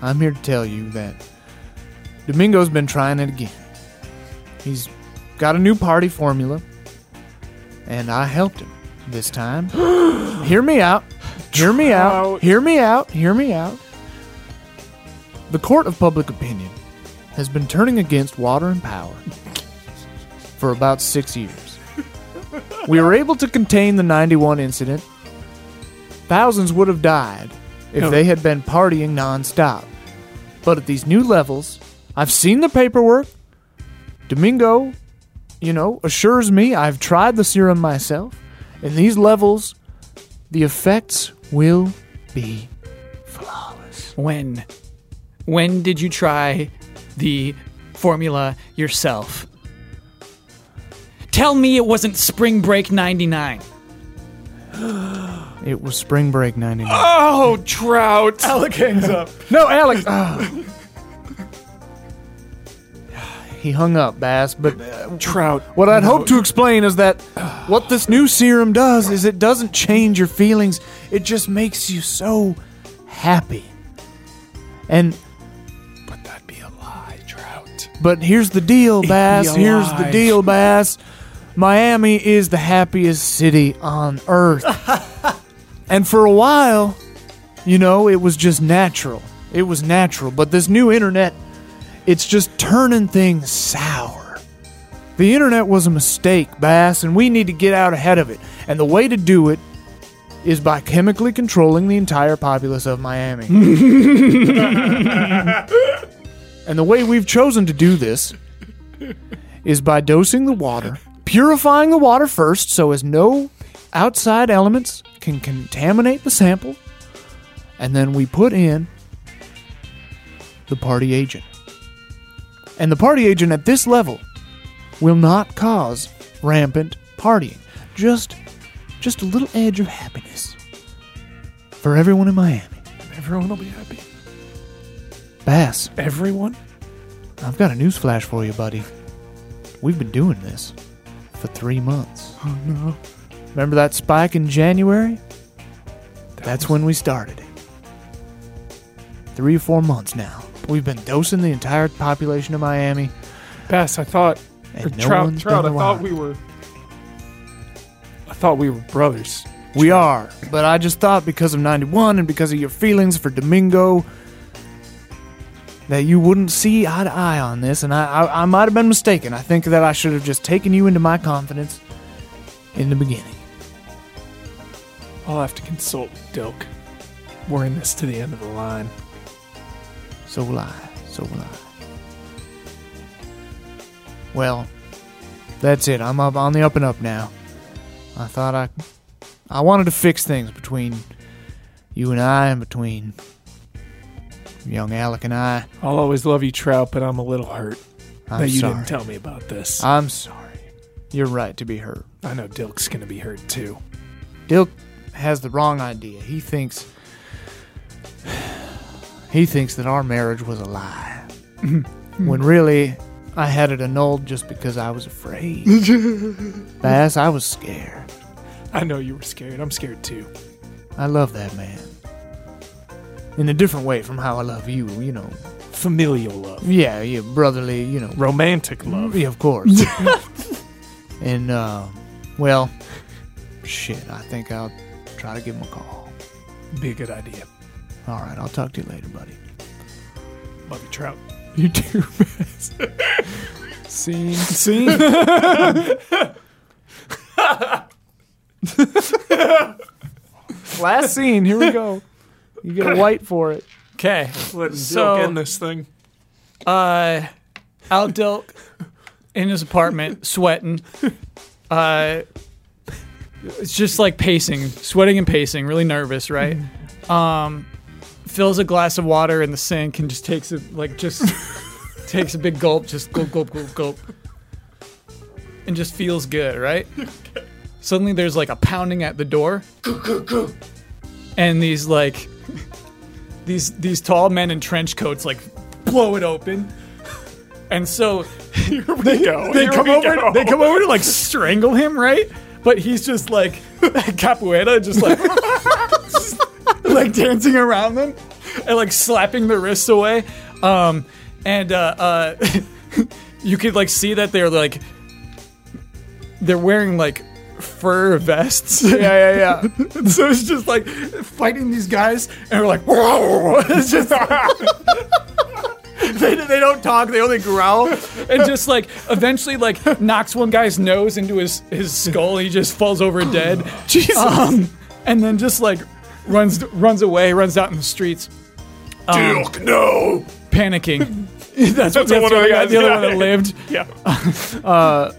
A: I'm here to tell you that Domingo's been trying it again. He's got a new party formula, and I helped him this time. Hear me out. Hear me out.
C: Trout.
A: Hear me out. Hear me out. The court of public opinion has been turning against water and power for about six years. We were able to contain the 91 incident. Thousands would have died if
C: No.
A: they had been partying nonstop. But at these new levels, I've seen the paperwork. Domingo, you know, assures me I've tried the serum myself. In these levels, the effects will be
B: When? When did you try the formula yourself? Tell me it wasn't Spring Break 99.
A: It was spring break 99.
C: Oh, Trout. Alec hangs up.
A: No, Alex. he hung up, Bass. But uh,
C: Trout.
A: what I'd hope to explain is that what this new serum does is it doesn't change your feelings. It just makes you so happy. And
C: But that'd be a lie, Trout.
A: but here's the deal, Bass. Here's the
C: alive.
A: deal, Bass. Miami is the happiest city on earth. and for a while, you know, it was just natural. It was natural. But this new internet, it's just turning things sour. The internet was a mistake, Bass, and we need to get out ahead of it. And the way to do it is by chemically controlling the entire populace of Miami. <laughs> And the way we've chosen to do this is by dosing the water, purifying the water first so as no outside elements can contaminate the sample, and then we put in the party agent. And the party agent at this level will not cause rampant partying. Just just a little edge of happiness for everyone in Miami.
C: Everyone will be happy.
A: Bass,
C: Everyone?
A: I've got a news flash for you, buddy. We've been doing this for 3 months. Oh no. Remember that spike in January? That's when we started it. Three or four months now. We've been dosing the entire population of Miami,
C: Bass, I thought.
A: and
C: Or
A: no
C: Trout,
A: one's
C: Trout, I
A: been
C: thought
A: alive.
C: we were. I thought we were brothers.
A: We are, but I just thought because of 91 and because of your feelings for Domingo that you wouldn't see eye to eye on this, and I, I, I might have been mistaken. I think that I should have just taken you into my confidence in the beginning.
C: I'll have to consult Dilk. We're in this to the end of the line.
A: So will I. So will I. Well, that's it. I'm up on the up and up now. I thought I, I wanted to fix things between you and I, and between young Alec and I.
C: I'll always love you, Trout, but I'm a little hurt
A: I'm
C: that you
A: sorry.
C: didn't tell me about this. I,
A: I'm sorry. You're right to be hurt.
C: know Dilk's gonna be hurt too.
A: Dilk has the wrong idea. He thinks he thinks that our marriage was a lie. when really I had it annulled just because I was afraid. Bass, I was scared.
C: I know you were scared. I'm scared too.
A: I love that man. In a different way from how I love you, you know.
C: Familial love,
A: Yeah, yeah, brotherly, you know.
C: romantic love.
A: Yeah, of course. and uh, well, shit. I think I'll try to give him a call.
C: Be a good idea.
A: All right, I'll talk to you later, buddy.
C: Love you, Trout.
A: You <laughs> too.
C: Scene. Scene.
G: Last scene. Here we go. You get a white for it.
I: Okay.
B: Let
I: So-
B: Dilk end this thing.
I: Uh, out Dilk in his apartment, sweating. Uh, it's just like pacing, sweating and pacing, really nervous, right? Um, fills a glass of water in the sink and just takes it, like, just takes a big gulp, just gulp, gulp, gulp, gulp, and just feels good, right? Suddenly there's like a pounding at the door, and these, like, these these tall men in trench coats like blow it open. And so they, they come over they come over to like strangle him, right? But he's just like <laughs> capoeira, just like <laughs> like dancing around them and like slapping the wrists away. Um, and uh, <laughs> uh, you could like see that they're like they're wearing like fur vests. Yeah, yeah, yeah. and <laughs> so it's just like fighting these guys, and we're like, whoa! <laughs> It's just. They, they don't talk. They only growl, and just like eventually, like knocks one guy's nose into his his skull. He just falls over dead. Jesus! Um, and then just like runs runs away, runs out in the streets, Um,
B: Dilk, no.
I: panicking. that's what that's
B: the
I: the
B: one of
I: other
B: the
I: guy,
B: guys,
I: the other
B: yeah.
I: one that lived.
B: Yeah.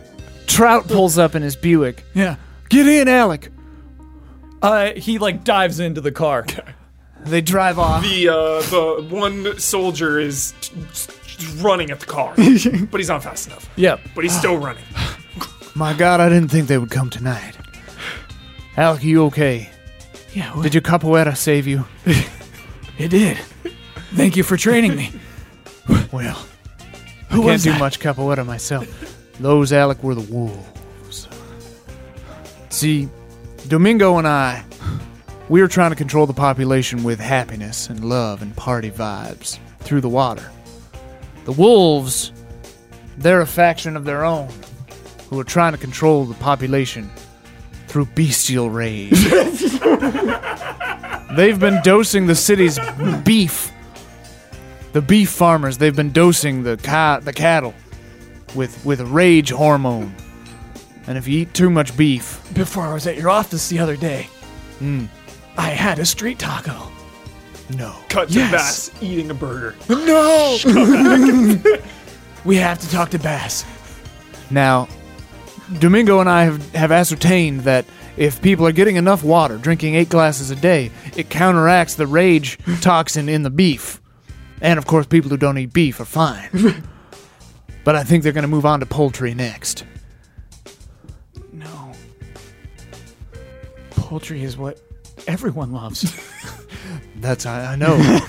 G: Trout pulls up in his Buick.
I: Yeah.
A: Get in, Alec.
I: Uh, he like dives into the car.
A: They drive off.
B: The uh, the one soldier is t- t- running at the
C: <laughs>
B: car, but he's not fast enough.
I: Yep.
B: But he's still running.
A: My God, I didn't think they would come tonight. Alec, you okay?
I: Yeah.
A: Did your capoeira save you?
I: It did. Thank you for training
B: <laughs>
I: me.
A: Well, I
I: Who
A: can't
I: was
A: do
I: that?
A: much capoeira myself. Those Alec were the wolves. See, Domingo and I, we were trying to control the population with happiness and love and party vibes through the water. The wolves, they're a faction of their own who are trying to control the population through bestial
I: <laughs>
A: rage. They've been dosing the city's beef the beef farmers they've been dosing the ca- the cattle with with rage hormone and if you eat too much beef
C: Before I was at your office the other day,
B: Hmm.
C: I had a street taco.
A: no
B: Cut to
C: Yes.
B: Bass eating a burger.
C: No.
B: <laughs>
C: we have to talk to Bass.
A: now domingo and i have, have ascertained that if people are getting enough
B: <laughs>
A: water drinking eight glasses a day it counteracts the rage toxin in the beef And of course, people who don't eat beef are fine.
B: <laughs>
A: but I think they're going to move on to poultry next.
B: No. Poultry is what everyone loves.
A: <laughs> That's I, I
B: <laughs>
A: know.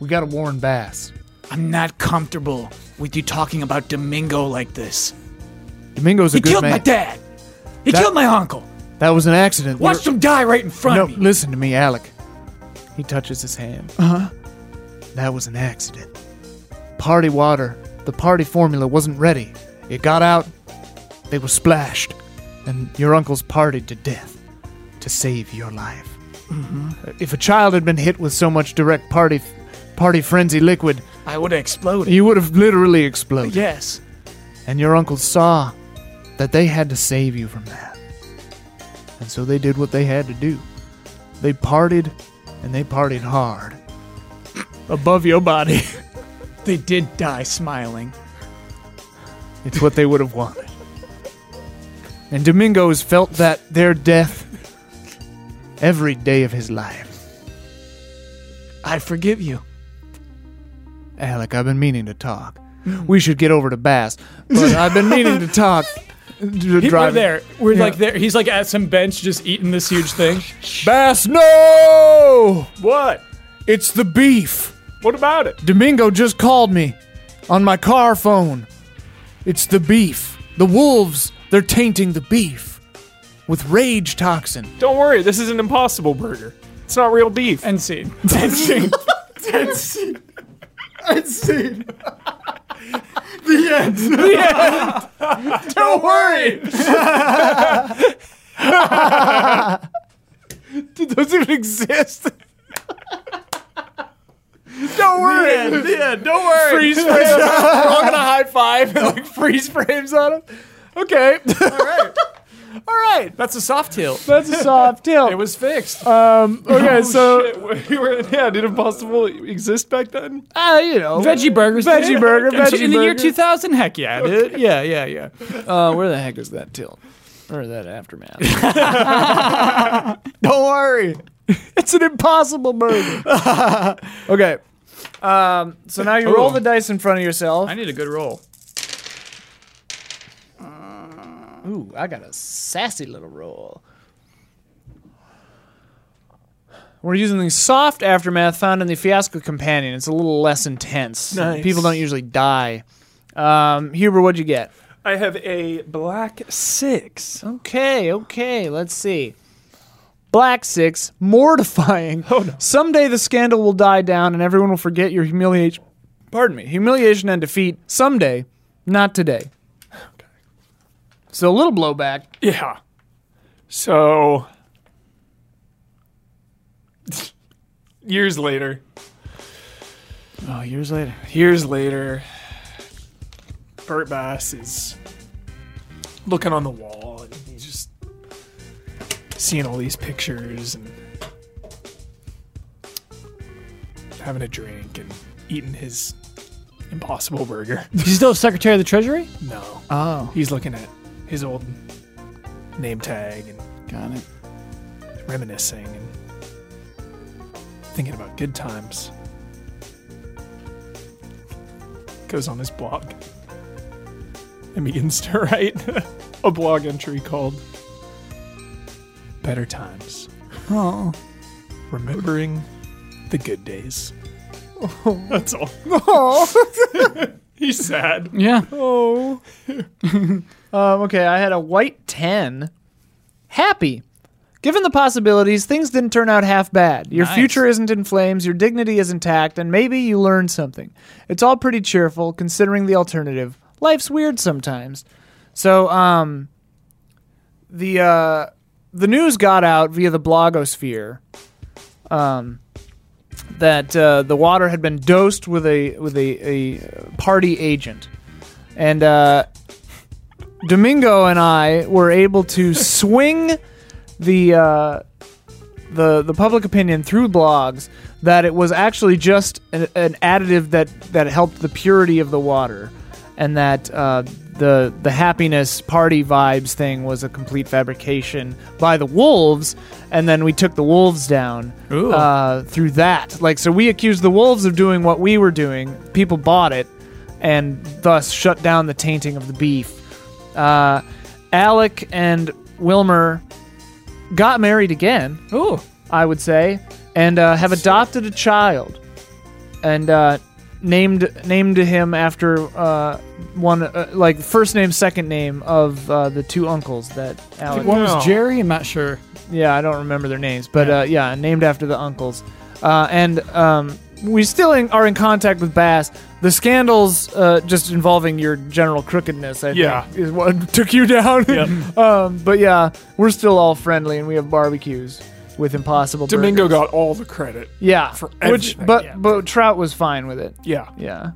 A: we got to warn Bass.
B: I'm not comfortable with you talking about Domingo like this.
A: Domingo's a
B: He
A: good
B: killed
A: man.
B: my dad. He
A: That-
B: killed my uncle.
A: That was an accident. We're-
B: Watched him die right in front
A: No,
B: of me.
A: listen to me, Alec. He touches his hand. Uh huh. That was an accident. Party water, the party formula wasn't ready. It got out, they were splashed, and your uncle's partied to death to save your life. If a child had been hit with so much direct party, party frenzy liquid,
B: I would have
A: <laughs>
B: exploded.
A: you would have literally exploded.
B: Yes.
A: And your uncle saw that they had to save you from that. And so they did what they had to do. They partied, and they partied hard. Above your body.
B: <laughs> They did die smiling.
A: It's what they would have wanted. And Domingo has felt that their death every day of his life.
B: I forgive you.
A: Alec, I've been meaning to talk.
B: Mm.
A: We should get over to Bass, but I've been meaning to talk.
B: <laughs> People
A: People
B: are there. We're
A: Yeah.
B: like there. He's like at some bench just eating this huge thing.
A: Bass, no!
C: What?
A: It's the beef!
C: What about it?
A: Domingo just called me on my car phone. It's the beef. The wolves, they're tainting the beef with rage toxin.
C: Don't worry, this is an impossible burger. It's not real beef.
B: End scene.
C: Don't worry.
A: It doesn't exist.
C: Don't worry. Yeah, don't worry. Freeze frames. We're all gonna high five and like freeze frames on him.
A: Okay.
C: All right.
B: That's a soft tilt.
G: That's a soft tilt.
B: It was fixed.
G: Oh,
C: Okay, so we were, yeah, did impossible exist back then?
G: Ah, you know,
B: veggie burgers.
G: Veggie burger,
B: In the
G: veggie
B: year
G: burger.
B: 2000, heck yeah, dude. Yeah, yeah, yeah.
G: Uh, where the heck is that tilt? Or
B: <laughs>
G: that aftermath?
A: Don't worry.
G: it's an impossible burger. <laughs> okay. Um, so now you roll the dice in front of yourself.
B: I need a good roll.
G: Uh, Ooh, I got a sassy little roll. We're using the soft aftermath found in the Fiasco Companion. It's a little less intense.
C: Nice.
G: People don't usually die. Um, Huber, what'd you get?
C: I have a black six.
G: Okay, okay, let's see. Black Six, mortifying. Oh, no. Someday the scandal will die down and everyone will forget your humiliation. Pardon me, humiliation and defeat. Someday, not today. So a little blowback.
C: Yeah. So <laughs> years later,
G: Oh, years later.
C: years later, Bert Bass is looking on the wall and he's just seeing all these pictures and having a drink and eating his impossible burger. <laughs>
B: He's still Secretary of the Treasury?
C: No.
B: Oh,
C: He's looking at his old name tag and
B: got it.
C: reminiscing and thinking about good times. Goes on his blog and begins to <laughs> write a blog entry called Better Times.
B: Oh.
C: Remembering the good days. That's all. He's sad.
B: Yeah.
G: Oh. um, okay, I had a white 10. Happy. Given the possibilities, things didn't turn out half bad. Your
B: Nice.
G: future isn't in flames, your dignity is intact, and maybe you learned something. It's all pretty cheerful, considering the alternative. Life's weird sometimes. So, um, the uh, the news got out via the blogosphere um, that uh, the water had been dosed with a with a, a party agent, and uh, Domingo and I were able to swing the uh, the the public opinion through blogs that it was actually just an, an additive that that helped the purity of the water, and that uh, the the happiness party vibes thing was a complete fabrication by the wolves, and then we took the wolves down
I: Ooh.
G: uh, through that. Like, so we accused the wolves of doing what we were doing. People bought it, and thus shut down the tainting of the beef. Uh, Alec and Wilmer got married again.
I: Ooh.
G: I would say, and uh, have adopted a child, and uh, named named him after uh, one uh, like first name, second name of uh, the two uncles that Alec.
I: One was Jerry. I'm not sure.
G: Yeah, I don't remember their names, but yeah, uh, yeah named after the uncles, uh, and um, we still in, are in contact with Bass. The scandals uh, just involving your general crookedness, I
J: Yeah.
G: think, is what <laughs> took you down. <laughs> um, but yeah, we're still all friendly, and we have barbecues with Impossible
C: Domingo
G: Burgers.
C: got all the credit.
G: Yeah.
C: For
G: Which,
C: everything,
G: but
C: yeah.
G: but Trout was fine with it.
C: Yeah.
G: Yeah.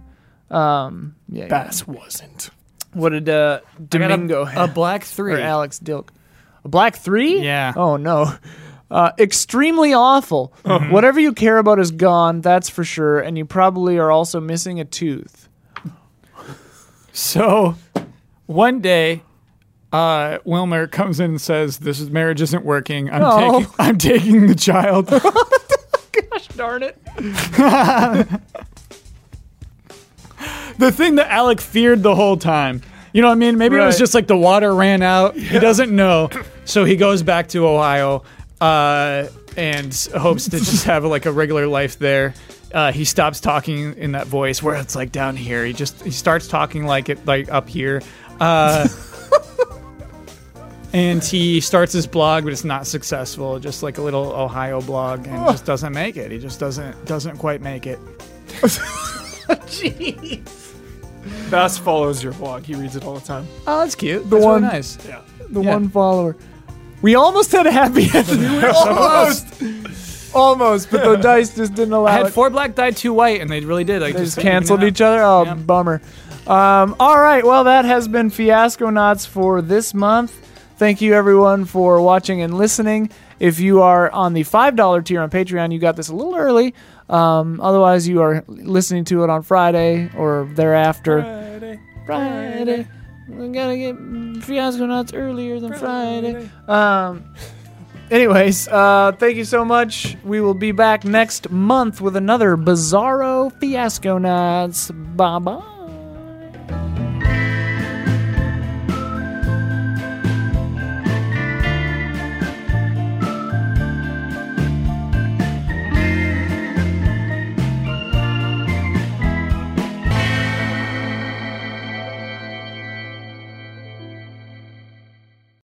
G: Um. Yeah. yeah.
C: Bass wasn't.
G: What did uh, Domingo
I: A
G: have?
I: black
G: or
I: three.
G: Alex Dilk? A black three?
I: Yeah.
G: Oh no. Uh, extremely awful.
I: Mm-hmm.
G: Whatever you care about is gone. That's for sure. And you probably are also missing a tooth.
I: <laughs> So one day, uh, Wilmer comes in and says, "This is, marriage isn't working.
B: <laughs>
I: I'm
G: Oh.
I: <laughs> taking I'm taking the child."
G: Darn it.
I: the thing that Alec feared the whole time. You know what I mean? Maybe it was
G: Right.
I: just like the water ran out. He doesn't know, so he goes back to Ohio uh, and hopes to just have like a regular life there. Uh, he stops talking in that voice where it's like down here. He just he starts talking like it like up here. Uh, and he starts his blog, but it's not successful. Just like a little Ohio blog, and
G: Oh.
I: just doesn't make it. He just doesn't doesn't quite
G: <laughs>
I: make it.
C: Bass follows your blog. He reads it all the time.
I: Oh, that's cute. The
G: one-
I: nice.
G: The
I: Yeah.
G: one follower. We almost had a happy
I: <laughs>
G: ending. almost. almost.
I: <laughs>
G: But the dice just didn't allow
I: I had
G: it.
I: four black dyed two white, and they really did. Like,
G: They just canceled each other. Oh,
I: Yeah.
G: bummer. Um, all right. Well, that has been Fiasco Knots for this month. Thank you, everyone, for watching and listening. If you are on the $5 tier on Patreon, you got this a little early. Um, otherwise, you are listening to it on Friday or thereafter. Friday. We gotta get Fiasco Nuts earlier than Friday. Um, anyways, uh, thank you so much. We will be back next month with another Bizarro Fiasco Nuts. Bye bye.